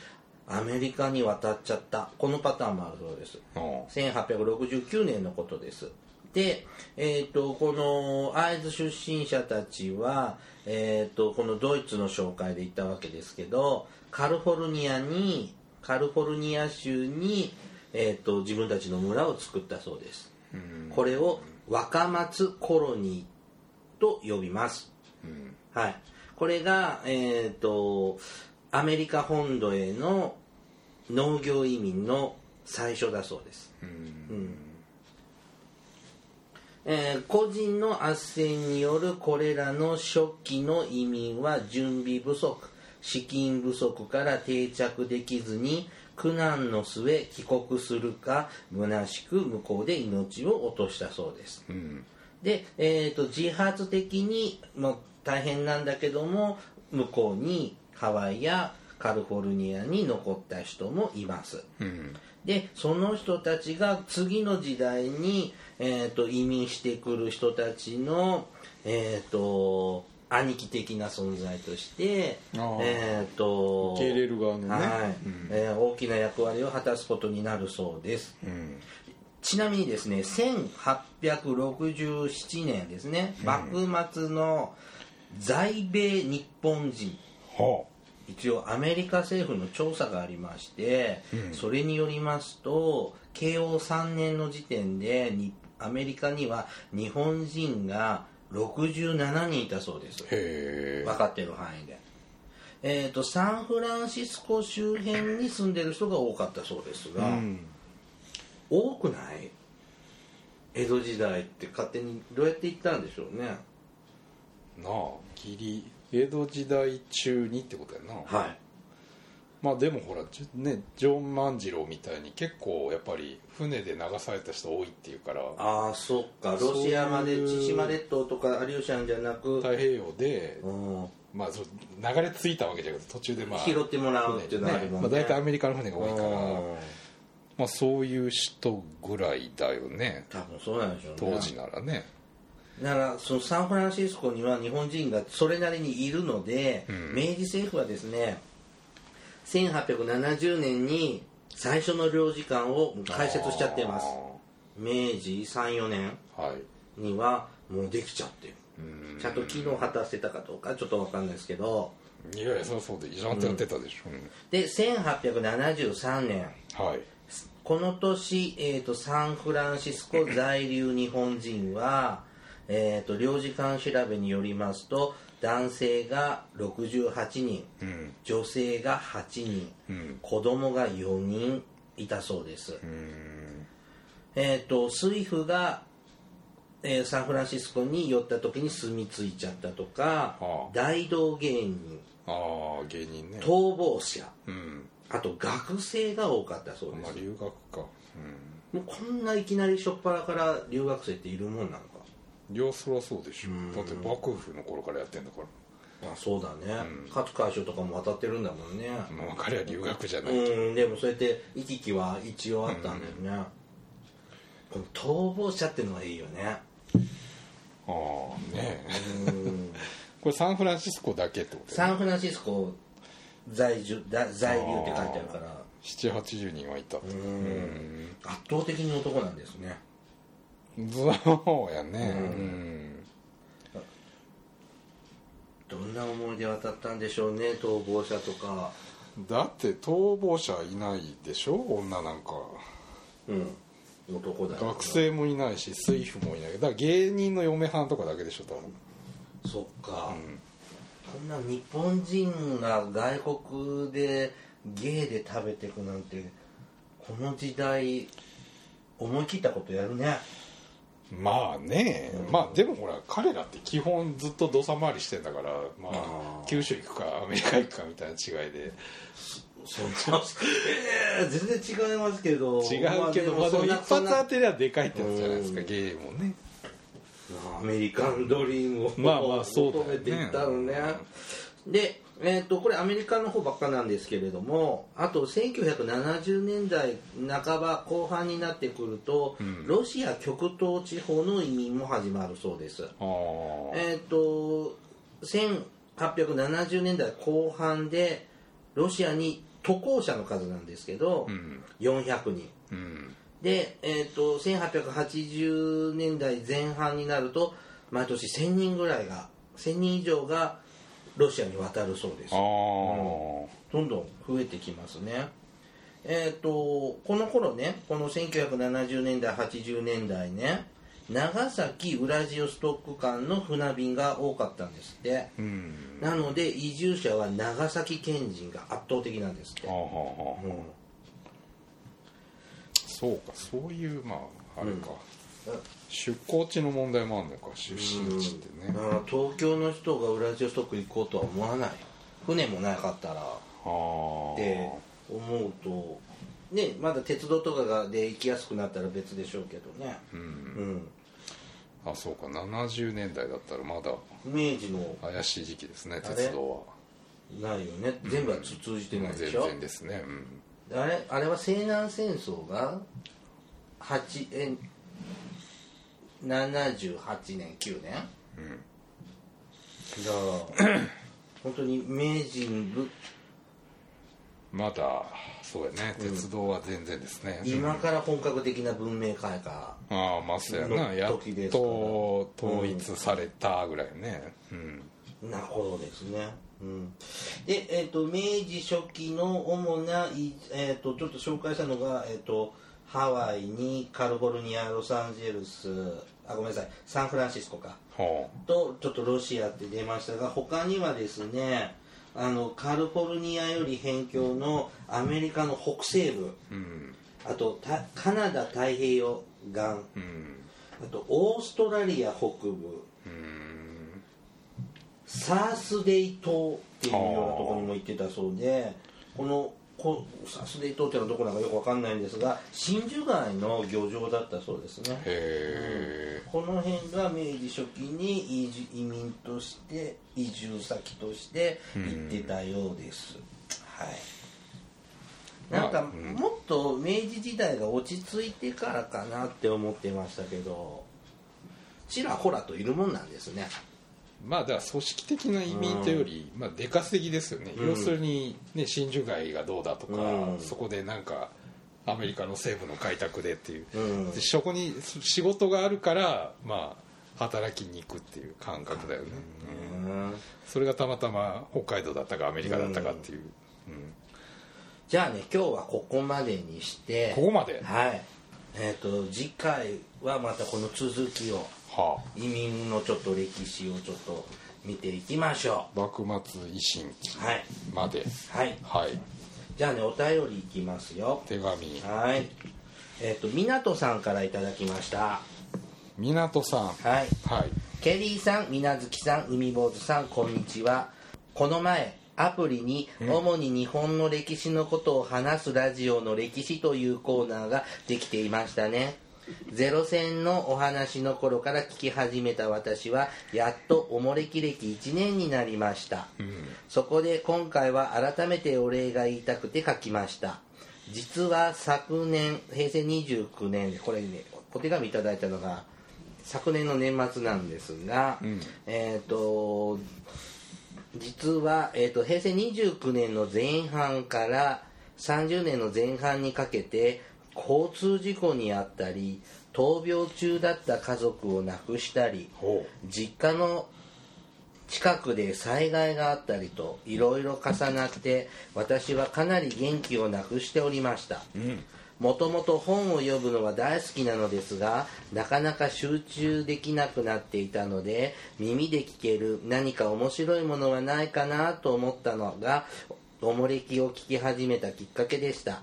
Speaker 1: アメリカに渡っちゃったこのパターンもあるそうです
Speaker 2: あ、は
Speaker 1: 1869年のことですで、えー、とこの会津出身者たちは、えー、とこのドイツの紹介で行ったわけですけどカリフォルニアにカリフォルニア州に、えー、と自分たちの村を作ったそうですこれを若松コロニーと呼びます、はい、これが、えー、とアメリカ本土への農業移民の最初だそうです、うんえー個人の斡旋によるこれらの初期の移民は準備不足資金不足から定着できずに苦難の末帰国するか虚しく向こうで命を落としたそうです、で、えー、と自発的に、まあ、大変なんだけども向こうにハワイやカリフォルニアに残った人もいます、でその人たちが次の時代に、えー、と移民してくる人たちの、えー、と兄貴的な存在として、
Speaker 2: あー
Speaker 1: えー、と
Speaker 2: 受け入れる側のね
Speaker 1: はいえー大きな役割を果たすことになるそうです、ちなみにですね1867年ですね幕末の在米日本人、
Speaker 2: あ
Speaker 1: 一応アメリカ政府の調査がありまして、それによりますと慶応3年の時点でにアメリカには日本人が67人いたそうです
Speaker 2: へえ
Speaker 1: 分かってる範囲で、えー、とサンフランシスコ周辺に住んでる人が多かったそうですが、多くない江戸時代って勝手にどうやって行ったんでしょうね
Speaker 2: なあギリ江戸時代中にってことやな
Speaker 1: はい
Speaker 2: まあでもほらじゅねジョン万次郎みたいに結構やっぱり船で流された人多いっていうから
Speaker 1: ああそっかロシアまで
Speaker 2: そういう
Speaker 1: 千島列島とか有吉なんじゃなく
Speaker 2: 太平洋で、
Speaker 1: うん
Speaker 2: まあ、そう流れ着いたわけじゃなくて途中でまあ
Speaker 1: 拾ってもらうっていうのはあるもんね
Speaker 2: まあ、大体アメリカの船が多いから、
Speaker 1: うん
Speaker 2: まあ、そういう人ぐらいだよね
Speaker 1: 多分そうなんでしょうね
Speaker 2: 当時ならね
Speaker 1: だからそのサンフランシスコには日本人がそれなりにいるので、明治政府はですね1870年に最初の領事館を開設しちゃってます明治34年
Speaker 2: あーはい
Speaker 1: にはもうできちゃってるちゃんと機能を果たせたかどうかちょっと分かんないですけど
Speaker 2: いやいやそうそうでいいじゃんってやってたでしょ、
Speaker 1: で1873年
Speaker 2: うんはい
Speaker 1: この年、えー、とサンフランシス
Speaker 2: *coughs*
Speaker 1: コ在留日本人は、えー、と領事館調べによりますと男性が68人、女性が8人、子供が4人いたそうです、えっ、と水夫が、えーサンフランシスコに寄った時に住み着いちゃったとか、
Speaker 2: はあ
Speaker 1: 大道芸人
Speaker 2: ああ芸人ね
Speaker 1: 逃亡者
Speaker 2: うん
Speaker 1: あと学生が多かったそうです
Speaker 2: まあ留学か、
Speaker 1: もうこんないきなりしょっぱらから留学生っているもんなのか
Speaker 2: うん、いやそりゃそうでしょだって幕府の頃からやってんだから
Speaker 1: まあそうだね、勝海舟とかも渡ってるんだもんね
Speaker 2: まあ彼は留学じゃない、
Speaker 1: うんでもそうやって行き来は一応あったんだよね、この逃亡者ってのがいいよね
Speaker 2: ああねえ *laughs* これサンフランシスコだけってことだよ
Speaker 1: サンフランシスコ在住だ在留って書いてあるから
Speaker 2: 780人はいたと
Speaker 1: うん圧倒的に男なんですね
Speaker 2: そうやねうん、
Speaker 1: どんな思いで渡ったんでしょうね逃亡者とか
Speaker 2: だって逃亡者いないでしょ女なんか
Speaker 1: うん男だ
Speaker 2: 学生もいないし水夫もいないだから芸人の嫁はんとかだけでしょ多分
Speaker 1: そっか、こんな日本人が外国でゲイで食べていくなんてこの時代思い切ったことやるね
Speaker 2: まあね、まあでもほら彼らって基本ずっと土佐回りしてんだから、まあ
Speaker 1: あ、ー
Speaker 2: 九州行くかアメリカ行くかみたいな違いで
Speaker 1: そんなえー *laughs* 全然違いますけど
Speaker 2: 違うけど、ま
Speaker 1: ま
Speaker 2: あ、
Speaker 1: あ
Speaker 2: で
Speaker 1: で
Speaker 2: も
Speaker 1: も
Speaker 2: 一
Speaker 1: そん
Speaker 2: 発
Speaker 1: なそ
Speaker 2: 当
Speaker 1: んな
Speaker 2: てりゃでかいってやつじゃないですか
Speaker 1: うん
Speaker 2: 芸もね
Speaker 1: アメリカンドリームを
Speaker 2: まあまあそうだよね
Speaker 1: 求めていったのねで、えー、とこれアメリカの方ばっかなんですけれどもあと1970年代半ば後半になってくると、
Speaker 2: ん
Speaker 1: ロシア極東地方の移民も始まるそうです。
Speaker 2: ああ
Speaker 1: えっ、と1870年代後半でロシアに渡航者の数なんですけど、
Speaker 2: ん
Speaker 1: 400人
Speaker 2: うん
Speaker 1: で、えー、と1880年代前半になると毎年1000人ぐらいが1000人以上がロシアに渡るそうです
Speaker 2: ああ
Speaker 1: どんどん増えてきますね。えっ、とこの頃ねこの1970年代80年代ね長崎ウラジオストック間の船便が多かったんですって
Speaker 2: うん
Speaker 1: なので移住者は長崎県人が圧倒的なんですって
Speaker 2: ああ、はあ
Speaker 1: うん
Speaker 2: そうかそういうまああれか、
Speaker 1: うん
Speaker 2: 出向地の問題もあるのか出身地ってね、
Speaker 1: だ
Speaker 2: あ
Speaker 1: から東京の人がウラジオストック行こうとは思わない船もなかったら
Speaker 2: あ
Speaker 1: って思うとねまだ鉄道とかがで行きやすくなったら別でしょうけどね
Speaker 2: うん
Speaker 1: うん
Speaker 2: あそうか70年代だったらまだ
Speaker 1: 明治の
Speaker 2: 怪しい時期ですね
Speaker 1: れ
Speaker 2: 鉄道
Speaker 1: ないよね全部はつ通じて
Speaker 2: は
Speaker 1: ない
Speaker 2: 今
Speaker 1: で
Speaker 2: 全
Speaker 1: しょ、
Speaker 2: 然ですね、うん、
Speaker 1: あれあれは西南戦争が8え78年9年だから
Speaker 2: *coughs*
Speaker 1: 本当に明治ぶ
Speaker 2: まだそうやね鉄道は全然ですね、
Speaker 1: 今から本格的な文明開化
Speaker 2: ああまあそうやな
Speaker 1: の
Speaker 2: やっ
Speaker 1: 時ですから
Speaker 2: と統一されたぐらいねうん、
Speaker 1: な頃ですね、うん、で、えっと明治初期の主ない、えっとちょっと紹介したのが、えっとハワイにカリフォルニアロサンゼルスあごめんなさいサンフランシスコか
Speaker 2: は
Speaker 1: とちょっとロシアって出ましたが他にはですねあのカリフォルニアより辺境のアメリカの北西部
Speaker 2: あうん
Speaker 1: あとたカナダ太平洋岸あ
Speaker 2: うん
Speaker 1: とオーストラリア北部
Speaker 2: うん
Speaker 1: サースデイ島っていうようなところにも行ってたそうでこのこサースデイ島っていうのはどこなのかよくわかんないんですが真珠街の漁場だったそうですね
Speaker 2: へえ
Speaker 1: この辺が明治初期に移住移民として移住先として行ってたようです、はいなんか
Speaker 2: まあうん
Speaker 1: もっと明治時代が落ち着いてからかなって思ってましたけどちらほらといるもんなんですね
Speaker 2: まあだから組織的な移民というより、まあ、出稼ぎですよね、
Speaker 1: うん
Speaker 2: 要するに、ね、真珠街がどうだとか、
Speaker 1: うん
Speaker 2: そこでなんかアメリカの西部の開拓でっていう、
Speaker 1: うん
Speaker 2: でそこに仕事があるから、まあ、働きに行くっていう感覚だよね、うんそれがたまたま北海道だったかアメリカだったかっていう、うん
Speaker 1: じゃあね今日はここまでにして
Speaker 2: ここまで、
Speaker 1: はいえっ、と次回はまたこの続きを
Speaker 2: はあ
Speaker 1: 移民のちょっと歴史をちょっと見ていきましょ
Speaker 2: 幕末維新期
Speaker 1: うはい
Speaker 2: まで
Speaker 1: はい
Speaker 2: はい
Speaker 1: じゃあねお便りいきますよ
Speaker 2: 手紙
Speaker 1: はいえっ、と湊さんからいただきました
Speaker 2: 港さん
Speaker 1: はい
Speaker 2: はい
Speaker 1: ケリーさん、みなずきさん、海坊主さん、こんにちは。この前、アプリに主に日本の歴史のことを話すラジオの歴史というコーナーができていましたね。ゼロ戦のお話の頃から聞き始めた私は、やっとおもれき歴1年になりました。そこで今回は改めてお礼が言いたくて書きました。実は昨年、平成29年、これね、お手紙いただいたのが、昨年の年末なんですが、えっ、と実は、えー、と平成29年の前半から30年の前半にかけて交通事故にあったり闘病中だった家族を亡くしたり
Speaker 2: ほ
Speaker 1: 実家の近くで災害があったりといろいろ重なって私はかなり元気をなくしておりましたもともと本を読むのは大好きなのですがなかなか集中できなくなっていたので耳で聞ける何か面白いものはないかなと思ったのがおもれきを聞き始めたきっかけでした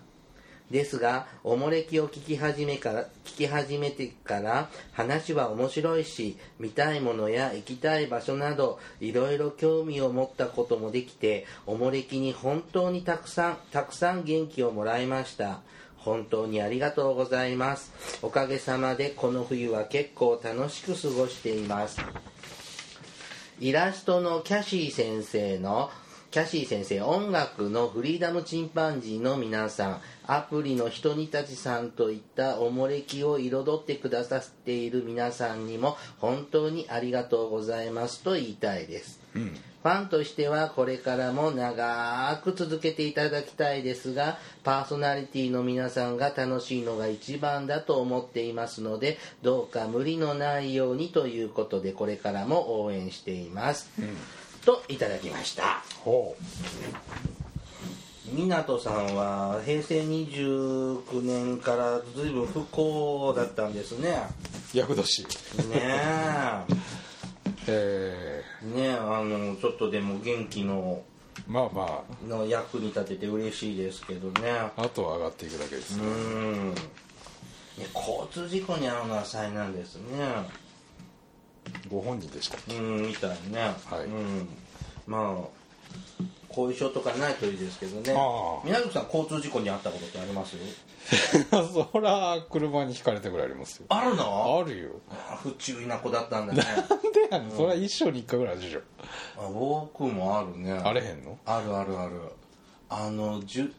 Speaker 1: ですがおもれきを聞き始めから聞き始めてから話は面白いし見たいものや行きたい場所などいろいろ興味を持ったこともできておもれきに本当にたくさんたくさん元気をもらいました本当にありがとうございますおかげさまでこの冬は結構楽しく過ごしていますイラストのキャシー先生のキャシー先生音楽のフリーダムチンパンジーの皆さんアプリの人にたちさんといったおもれきを彩ってくださっている皆さんにも本当にありがとうございますと言いたいです、ファンとしてはこれからも長く続けていただきたいですがパーソナリティの皆さんが楽しいのが一番だと思っていますのでどうか無理のないようにということでこれからも応援しています、といただきました
Speaker 2: ほ
Speaker 1: 湊さんは平成29年からずいぶん不幸だったんですね
Speaker 2: う厄年
Speaker 1: ね
Speaker 2: え
Speaker 1: えねえあのちょっとでも元気の
Speaker 2: ーまあま
Speaker 1: の役に立てて嬉しいですけどね
Speaker 2: ああとは上がっていくだけです
Speaker 1: う
Speaker 2: ね、
Speaker 1: んね交通事故に遭うのは災難ですね
Speaker 2: ご本人でしたっけ
Speaker 1: うんみたいね、
Speaker 2: はい
Speaker 1: うんまあ後遺症とかないといいですけどね
Speaker 2: ああ
Speaker 1: 湊さん交通事故に遭ったことってあります
Speaker 2: *laughs* そら車にひかれたぐらいありますよ
Speaker 1: あるの
Speaker 2: あるよ
Speaker 1: 不注意な子だったん
Speaker 2: *laughs*
Speaker 1: だね
Speaker 2: なんでやねんそら一生に一回ぐらいあるでしょ
Speaker 1: あ僕もあるね
Speaker 2: あれへんの
Speaker 1: あるあるあるあのじゅ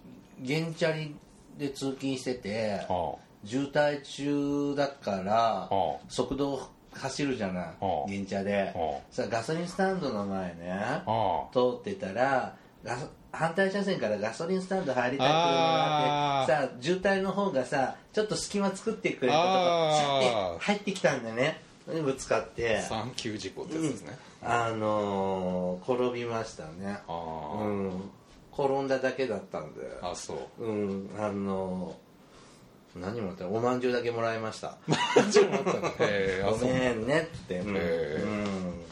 Speaker 1: 原チャリで通勤してて
Speaker 2: あ
Speaker 1: 渋滞中だから
Speaker 2: ああ
Speaker 1: 速道走るじゃない
Speaker 2: あ
Speaker 1: 原チャで
Speaker 2: あ
Speaker 1: さガソリンスタンドの前ね
Speaker 2: ああ
Speaker 1: 通ってたらガソ反対車線からガソリンスタンド入りたい車があってさ渋滞の方がさちょっと隙間作ってくれたと
Speaker 2: あ
Speaker 1: か
Speaker 2: ー
Speaker 1: シャッて入ってきたんだよねでぶつかって
Speaker 2: 三級事故ってやつですね、
Speaker 1: あのー転びましたね
Speaker 2: あ
Speaker 1: うん、転んだだけだったんで
Speaker 2: ああそう
Speaker 1: うんあの何もらったおまんじゅうだけもらいま *laughs* した
Speaker 2: ええあ
Speaker 1: ご
Speaker 2: そう
Speaker 1: めんねって、うん
Speaker 2: え
Speaker 1: うん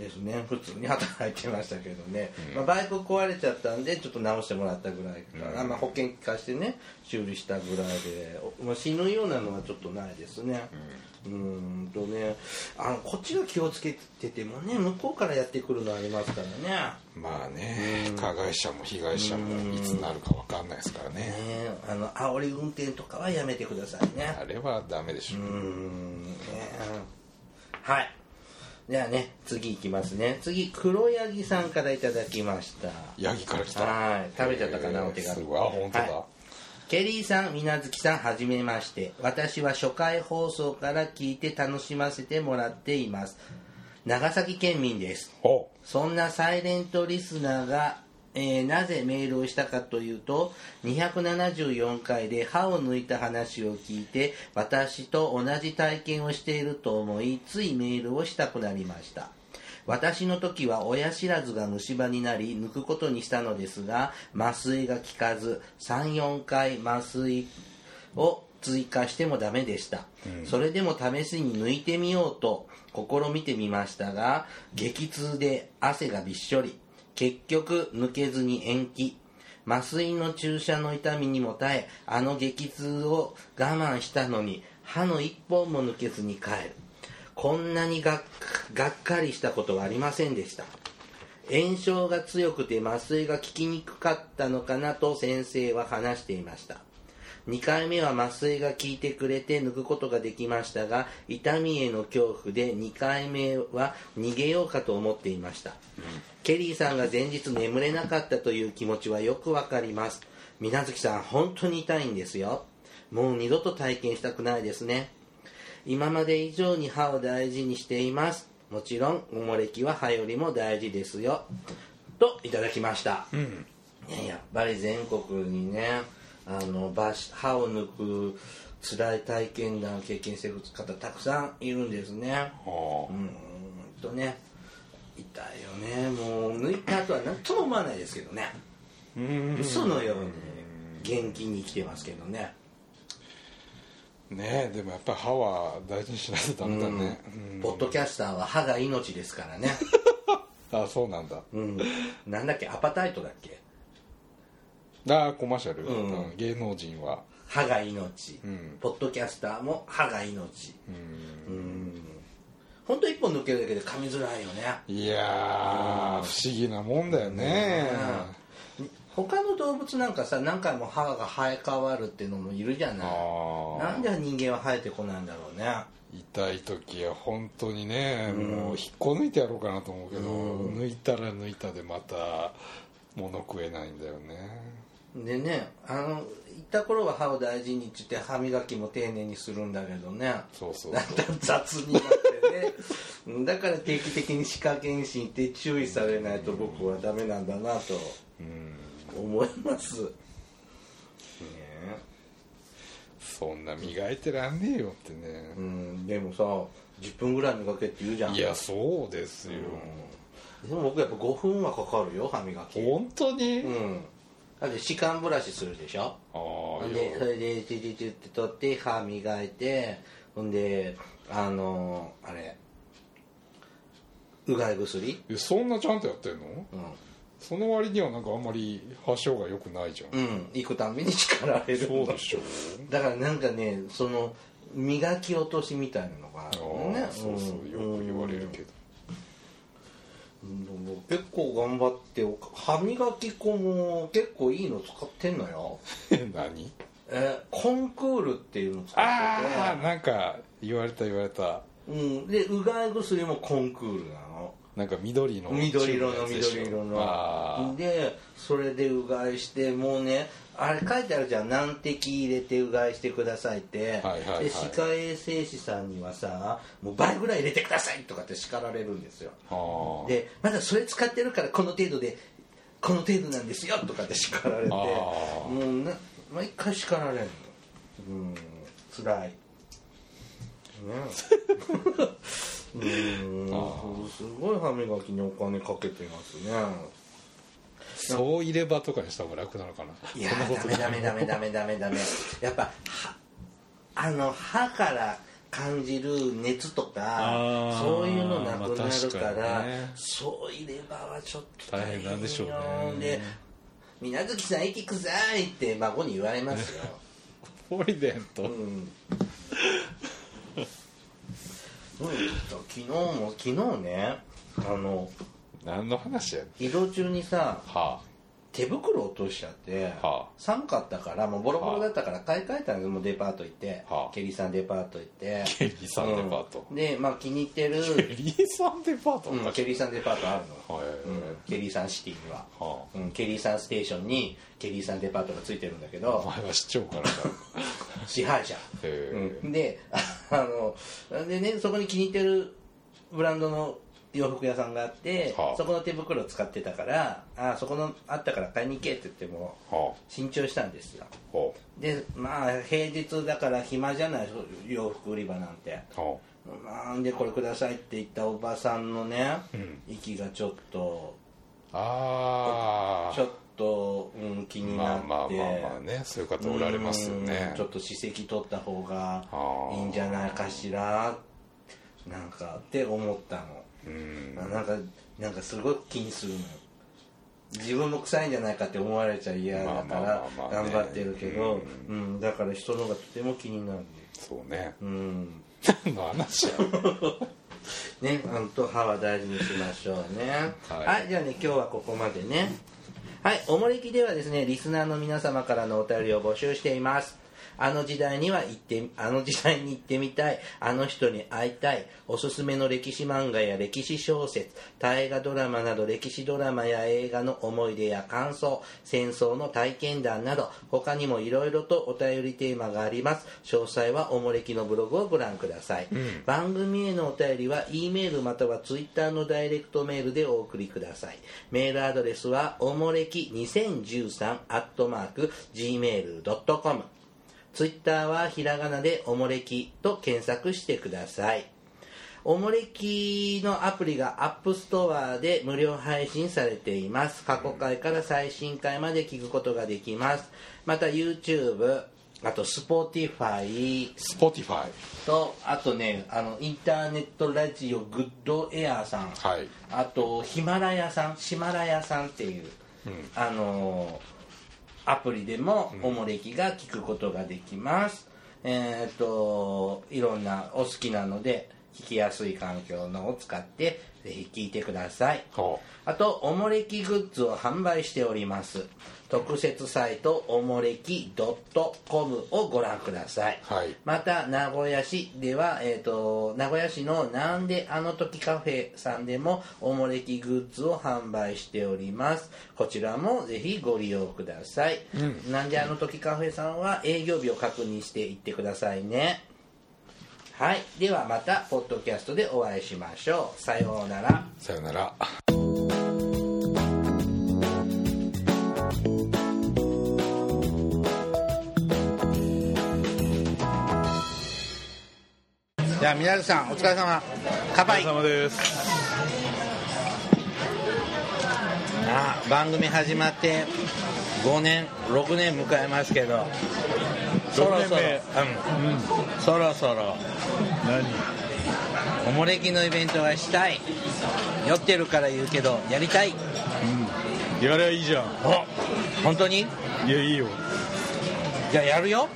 Speaker 1: ですね普通に働いてましたけどね、まあ、バイク壊れちゃったんでちょっと直してもらったぐらいから、まあ、保険聞かしてね修理したぐらいで、おまあ、死ぬようなのはちょっとないですねうーんとねあのこっちが気をつけててもね向こうからやってくるのありますからね
Speaker 2: まあね加害者も被害者もいつなるか分かんないですから
Speaker 1: ね
Speaker 2: ね
Speaker 1: えあの煽り運転とかはやめてくださいね
Speaker 2: あれはダメでしょ
Speaker 1: うーんねはいじゃあね次いきますね次黒柳さんからいただきました
Speaker 2: ヤギから来た
Speaker 1: はい食べちゃったかな
Speaker 2: えー
Speaker 1: お手
Speaker 2: す
Speaker 1: 紙
Speaker 2: ごいあ本当だ、
Speaker 1: はいケリーさん、水無月さん、はじめまして。私は初回放送から聞いて楽しませてもらっています。長崎県民です。
Speaker 2: お
Speaker 1: そんなサイレントリスナーが、えーなぜメールをしたかというと274回で歯を抜いた話を聞いて私と同じ体験をしていると思いついメールをしたくなりました私の時は親知らずが虫歯になり抜くことにしたのですが麻酔が効かず34回麻酔を追加してもダメでした、それでも試しに抜いてみようと試みてみましたが激痛で汗がびっしょり結局抜けずに延期麻酔の注射の痛みにも耐えあの激痛を我慢したのに歯の一本も抜けずに帰るこんなにがっがっかりしたことはありませんでした炎症が強くて麻酔が効きにくかったのかなと先生は話していました2回目は麻酔が効いてくれて抜くことができましたが痛みへの恐怖で2回目は逃げようかと思っていました、ケリーさんが前日眠れなかったという気持ちはよくわかります水無月さん本当に痛いんですよもう二度と体験したくないですね今まで以上に歯を大事にしていますもちろんおもれきは歯よりも大事ですよといただきました、ねやっぱり全国にねあのばし歯を抜く辛い体験談を経験してる方たくさんいるんですね
Speaker 2: お
Speaker 1: うーんとねいたよねもう抜いた後は何とも思わないですけどね嘘のように元気に生きてますけどね
Speaker 2: ねえでもやっぱり歯は大事にしないとダメだね、うん
Speaker 1: ポッドキャスターは歯が命ですから
Speaker 2: *laughs*
Speaker 1: ね、
Speaker 2: あそうなんだ
Speaker 1: うん、なんだっけアパタイトだっけ
Speaker 2: あコマーシャル、
Speaker 1: うん
Speaker 2: うん芸能人は
Speaker 1: 歯が命、
Speaker 2: うん
Speaker 1: ポッドキャスターも歯が命うん本当一本抜けるだけで噛みづらいよね
Speaker 2: いやー不思議なもんだよね、
Speaker 1: 他の動物なんかさ何回も歯が生え変わるっていうのもいるじゃ
Speaker 2: あ
Speaker 1: ない
Speaker 2: ー
Speaker 1: なんで人間は生えてこないんだろうね
Speaker 2: 痛い時は本当にね、もう引っこ抜いてやろうかなと思うけど、抜いたら抜いたでまた物食えないんだよね
Speaker 1: でねあの行った頃は歯を大事にって言って歯磨きも丁寧にするんだけどね
Speaker 2: そ
Speaker 1: *laughs*
Speaker 2: うそう
Speaker 1: だんだん雑になってねうんだから定期的に歯科検診行って注意されないと僕はダメなんだなと
Speaker 2: うん
Speaker 1: 思いますねえ
Speaker 2: そんな磨いてらんねえよって
Speaker 1: う
Speaker 2: ね、
Speaker 1: んでもさ10分ぐらい磨けって言うじゃん
Speaker 2: いやそうですよ、
Speaker 1: でも僕やっぱ5分はかかるよ歯磨き
Speaker 2: 本当に、
Speaker 1: うんだって歯間ブラシするでしょ
Speaker 2: ああい
Speaker 1: でそ
Speaker 2: や
Speaker 1: れでチュチュチュって取って歯磨いてほんであのーあれうがい薬
Speaker 2: えそんなちゃんとやってんの
Speaker 1: うん、
Speaker 2: その割にはなんかあんまり発症が良くないじゃ
Speaker 1: う
Speaker 2: ん、
Speaker 1: ん、行くたんびに叱られる
Speaker 2: そうでしょ
Speaker 1: だからなんかねその磨き落としみたいなのがあるの
Speaker 2: あ
Speaker 1: ね
Speaker 2: あそうそ
Speaker 1: ん
Speaker 2: うよく言われるけど、
Speaker 1: うん僕結構頑張ってお歯磨き粉も結構いいの使ってんのよ *laughs*
Speaker 2: 何
Speaker 1: えコンクールっていうの使
Speaker 2: あ
Speaker 1: っ
Speaker 2: あなんか言われた言われた
Speaker 1: てて、うん、でうがい薬もコンクールなの
Speaker 2: なんか緑の
Speaker 1: 緑色の
Speaker 2: チューブやつでしょ
Speaker 1: 緑色
Speaker 2: あ
Speaker 1: のでそれでうがいしてもうねあれ書いてあるじゃん難敵入れてうがいしてくださいって、
Speaker 2: はいはいはい
Speaker 1: で歯科衛生士さんにはさもう倍ぐらい入れてくださいとかって叱られるんですよ
Speaker 2: あは
Speaker 1: でまだそれ使ってるからこの程度でこの程度なんですよとかって叱られて
Speaker 2: あ
Speaker 1: も
Speaker 2: ー
Speaker 1: うな毎回叱られるのうんつらい
Speaker 2: *laughs*
Speaker 1: ねうんすごい歯磨きにお金かけてますね
Speaker 2: あそう入れ歯とかにした方が楽なのかない
Speaker 1: や
Speaker 2: そんなこ
Speaker 1: ー
Speaker 2: とない
Speaker 1: ダメダメダメダメダメダメやっぱ歯あの歯から感じる熱とか
Speaker 2: あー
Speaker 1: そういうのなくなるから,、
Speaker 2: まあ確かにね
Speaker 1: そう入れ歯はちょっと
Speaker 2: 大変なんでしょうね
Speaker 1: 大変よで「水月さん息くさい」って孫に言われますよ、
Speaker 2: ポリデント、
Speaker 1: うん *laughs* そうよ昨日も昨日ねあの
Speaker 2: 何の話やね
Speaker 1: 移動中にさ
Speaker 2: んは
Speaker 1: 手袋落としちゃって、
Speaker 2: はあ
Speaker 1: 寒かったからもうボロボロだったから買い替えたんですもうデパート行って、
Speaker 2: はあ
Speaker 1: ケリーさんデパート行って
Speaker 2: ケリーさんデパート
Speaker 1: うんでまあ気に入って
Speaker 2: *laughs*
Speaker 1: る、
Speaker 2: あリーさんデパート
Speaker 1: うん、ケリーさんデパートあるの、
Speaker 2: はい
Speaker 1: うんケリーさんシティには、
Speaker 2: はあ
Speaker 1: うん、ケリーさんステーションにケリーさんデパートがついてるんだけど
Speaker 2: お前は市長からだ
Speaker 1: 支配者
Speaker 2: へえ
Speaker 1: うんであのでねそこに気に入ってるブランドの洋服屋さんがあって、
Speaker 2: はあ
Speaker 1: そこの手袋を使ってたからあそこのあったから買いに行けって言っても
Speaker 2: は
Speaker 1: 新調したんですよ
Speaker 2: あは
Speaker 1: でまあ平日だから暇じゃない洋服売り場なんて
Speaker 2: あは
Speaker 1: なんでこれくださいって言ったおばさんのね、
Speaker 2: うん
Speaker 1: 息がちょっと
Speaker 2: ああ
Speaker 1: ちょっと、うん、気に
Speaker 2: ま
Speaker 1: な
Speaker 2: あ
Speaker 1: って
Speaker 2: まあまあまあねそういう方おられますよね
Speaker 1: うんちょっと歯石取った方が
Speaker 2: あー
Speaker 1: いいんじゃないかしらなんかって思ったの、
Speaker 2: うん
Speaker 1: なんかなんかすごい気にするのよ自分も臭いんじゃないかって思われちゃ嫌だか
Speaker 2: ま
Speaker 1: ら
Speaker 2: あまあまあまあ
Speaker 1: 頑
Speaker 2: ね
Speaker 1: 張ってるけど、うんだから人のがとても気になる
Speaker 2: そうね *laughs*
Speaker 1: うん
Speaker 2: 何の話や
Speaker 1: ね本当歯は大事にしましょうね
Speaker 2: はい
Speaker 1: はい、じゃあね今日はここまでねはいおもれきではですねリスナーの皆様からのお便りを募集していますあの時代には行ってあの時代に行ってみたいあの人に会いたいおすすめの歴史漫画や歴史小説大河ドラマなど歴史ドラマや映画の思い出や感想戦争の体験談など他にもいろいろとお便りテーマがあります詳細はおもれきのブログをご覧ください、番組へのお便りは E メールまたは Twitter のダイレクトメールでお送りくださいメールアドレスはおもれき2013アットマーク Gmail.com ツイッターはひらがなでおもれきと検索してください。おもれきのアプリがアップストアで無料配信されています過去回から最新回まで聞くことができますまた YouTube あと Spotify
Speaker 2: スポティファイ
Speaker 1: とあとねあのインターネットラジオグッドエアーさん、
Speaker 2: はい
Speaker 1: あとヒマラヤさんシマラヤさんっていう、あのーアプリでもおもれきが聞くことができます、えーっといろんなお好きなので聞きやすい環境のを使ってぜひ聞いてください
Speaker 2: ほ
Speaker 1: あとおもれきグッズを販売しております特設サイトおもれき .com をご覧ください、
Speaker 2: はい
Speaker 1: また名古屋市では、えー、と名古屋市のなんであの時カフェさんでもおもれきグッズを販売しておりますこちらもぜひご利用ください、なんであの時カフェさんは営業日を確認していってくださいねはいではまたポッドキャストでお会いしましょうさようなら
Speaker 2: うさよなら
Speaker 3: じゃあ皆さんお疲れ様乾杯
Speaker 2: 様です
Speaker 1: あ番組始まって5年6年迎えますけどそろそろ、うんそろそろ
Speaker 2: 何
Speaker 1: おもれきのイベントがしたい酔ってるから言うけどやりたい
Speaker 2: やりゃいいじゃん
Speaker 1: お本当に
Speaker 2: いやいいよ
Speaker 1: じゃあやるよ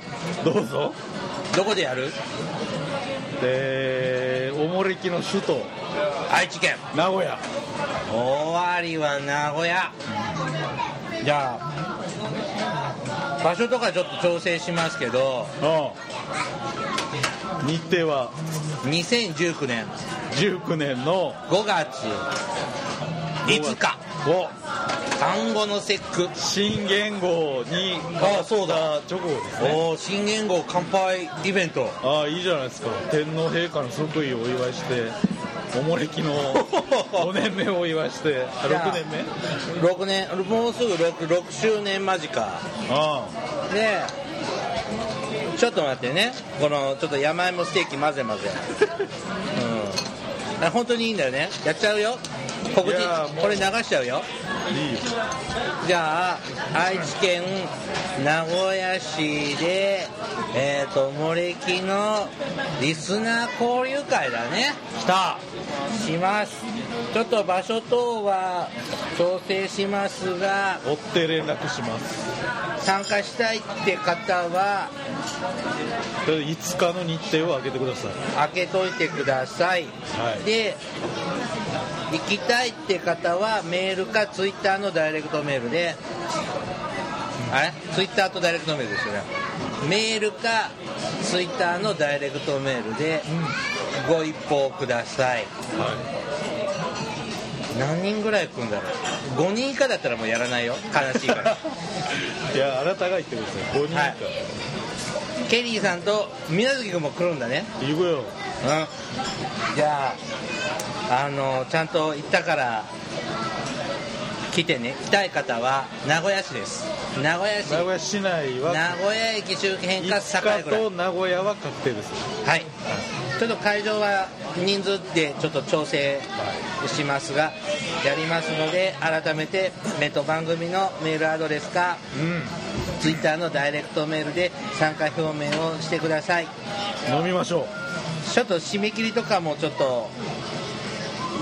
Speaker 2: どうぞ
Speaker 1: どこでやる
Speaker 2: でおもれきの首都
Speaker 1: 愛知県
Speaker 2: 名古屋
Speaker 1: 終わりは名古屋じゃあ場所とかちょっと調整しますけど
Speaker 2: うん日程は
Speaker 1: 2019年
Speaker 2: 19年の
Speaker 1: 5月5日
Speaker 2: お
Speaker 1: 単語の節句
Speaker 2: 新元号に
Speaker 1: あそうだ
Speaker 2: チョコですね
Speaker 1: おお新元号乾杯イベント
Speaker 2: ああいいじゃないですか天皇陛下の即位をお祝いしておもれ
Speaker 1: *laughs*
Speaker 2: きの5年目をお祝いしてあ
Speaker 1: いや
Speaker 2: 6年目
Speaker 1: 6年もうすぐ 6, 6周年間近
Speaker 2: あ
Speaker 1: でちょっと待ってねこのちょっと山芋ステーキ混ぜ混ぜうんあ本当にいいんだよねやっちゃうよ告知
Speaker 2: いやーもう
Speaker 1: これ流しちゃうよ
Speaker 2: あいいよ
Speaker 1: じゃあ愛知県名古屋市でえっ、ともれきのリスナー交流会だね
Speaker 2: 来た
Speaker 1: しますちょっと場所等は調整しますが
Speaker 2: 追って連絡します
Speaker 1: 参加したいって方は
Speaker 2: とりあえず5日の日程を開けてく
Speaker 1: *laughs*
Speaker 2: ださい
Speaker 1: 開けといてください、
Speaker 2: はい
Speaker 1: で行きたいって方はメールかツイッターのダイレクトメールで、あれツイッターとダイレクトメールですよねメールかツイッターのダイレクトメールでご一報ください
Speaker 2: は
Speaker 1: 何人ぐらい来るんだろう5人以下だったらもうやらないよ悲しい
Speaker 2: *laughs*
Speaker 1: から
Speaker 2: いいやあなたが言ってください5人か、
Speaker 1: はいケリーさんと宮崎君も来るんだね
Speaker 2: 行くよ
Speaker 1: うんじゃああのちゃんと行ったから来てね来たい方は名古屋市です名古屋市
Speaker 2: 名古屋市内
Speaker 1: 名
Speaker 2: は
Speaker 1: 古屋駅周辺か
Speaker 2: 5
Speaker 1: 栄
Speaker 2: 日
Speaker 1: ぐらい
Speaker 2: と名古屋は確定です
Speaker 1: はいちょっと会場は人数でちょっと調整しますがやりますので改めて目と番組のメールアドレスか
Speaker 2: う
Speaker 1: ツイッターのダイレクトメールで参加表明をしてください
Speaker 2: ん飲みましょ
Speaker 1: ちょっと締め切りとかもちょっと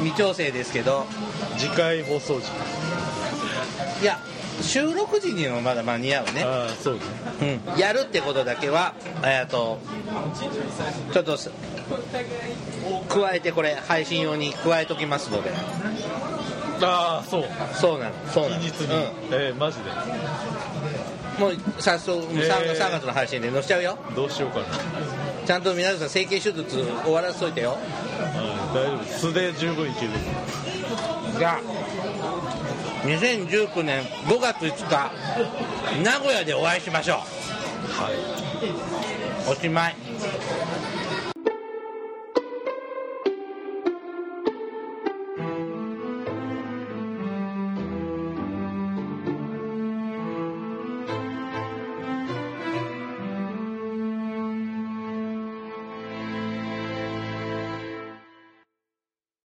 Speaker 1: 未調整ですけど
Speaker 2: う次回放送時
Speaker 1: いや収録時にもまだ間に合うね、
Speaker 2: ああそうね
Speaker 1: うん、やるってことだけはえっとちょっとす加えてこれ配信用に加えときますので
Speaker 2: ああそう
Speaker 1: そうなのそうなの、
Speaker 2: 近日に、えーマジで
Speaker 1: うん、もう早速 3,
Speaker 2: えー
Speaker 1: 3月の配信で載せちゃうよ
Speaker 2: どうしようかな、
Speaker 1: ちゃんと皆さん整形手術終わらせといてよ
Speaker 2: うん、大丈夫素で十分いける
Speaker 1: じゃあ2019年5月5日名古屋でお会いしましょ
Speaker 2: はいう
Speaker 1: おしまい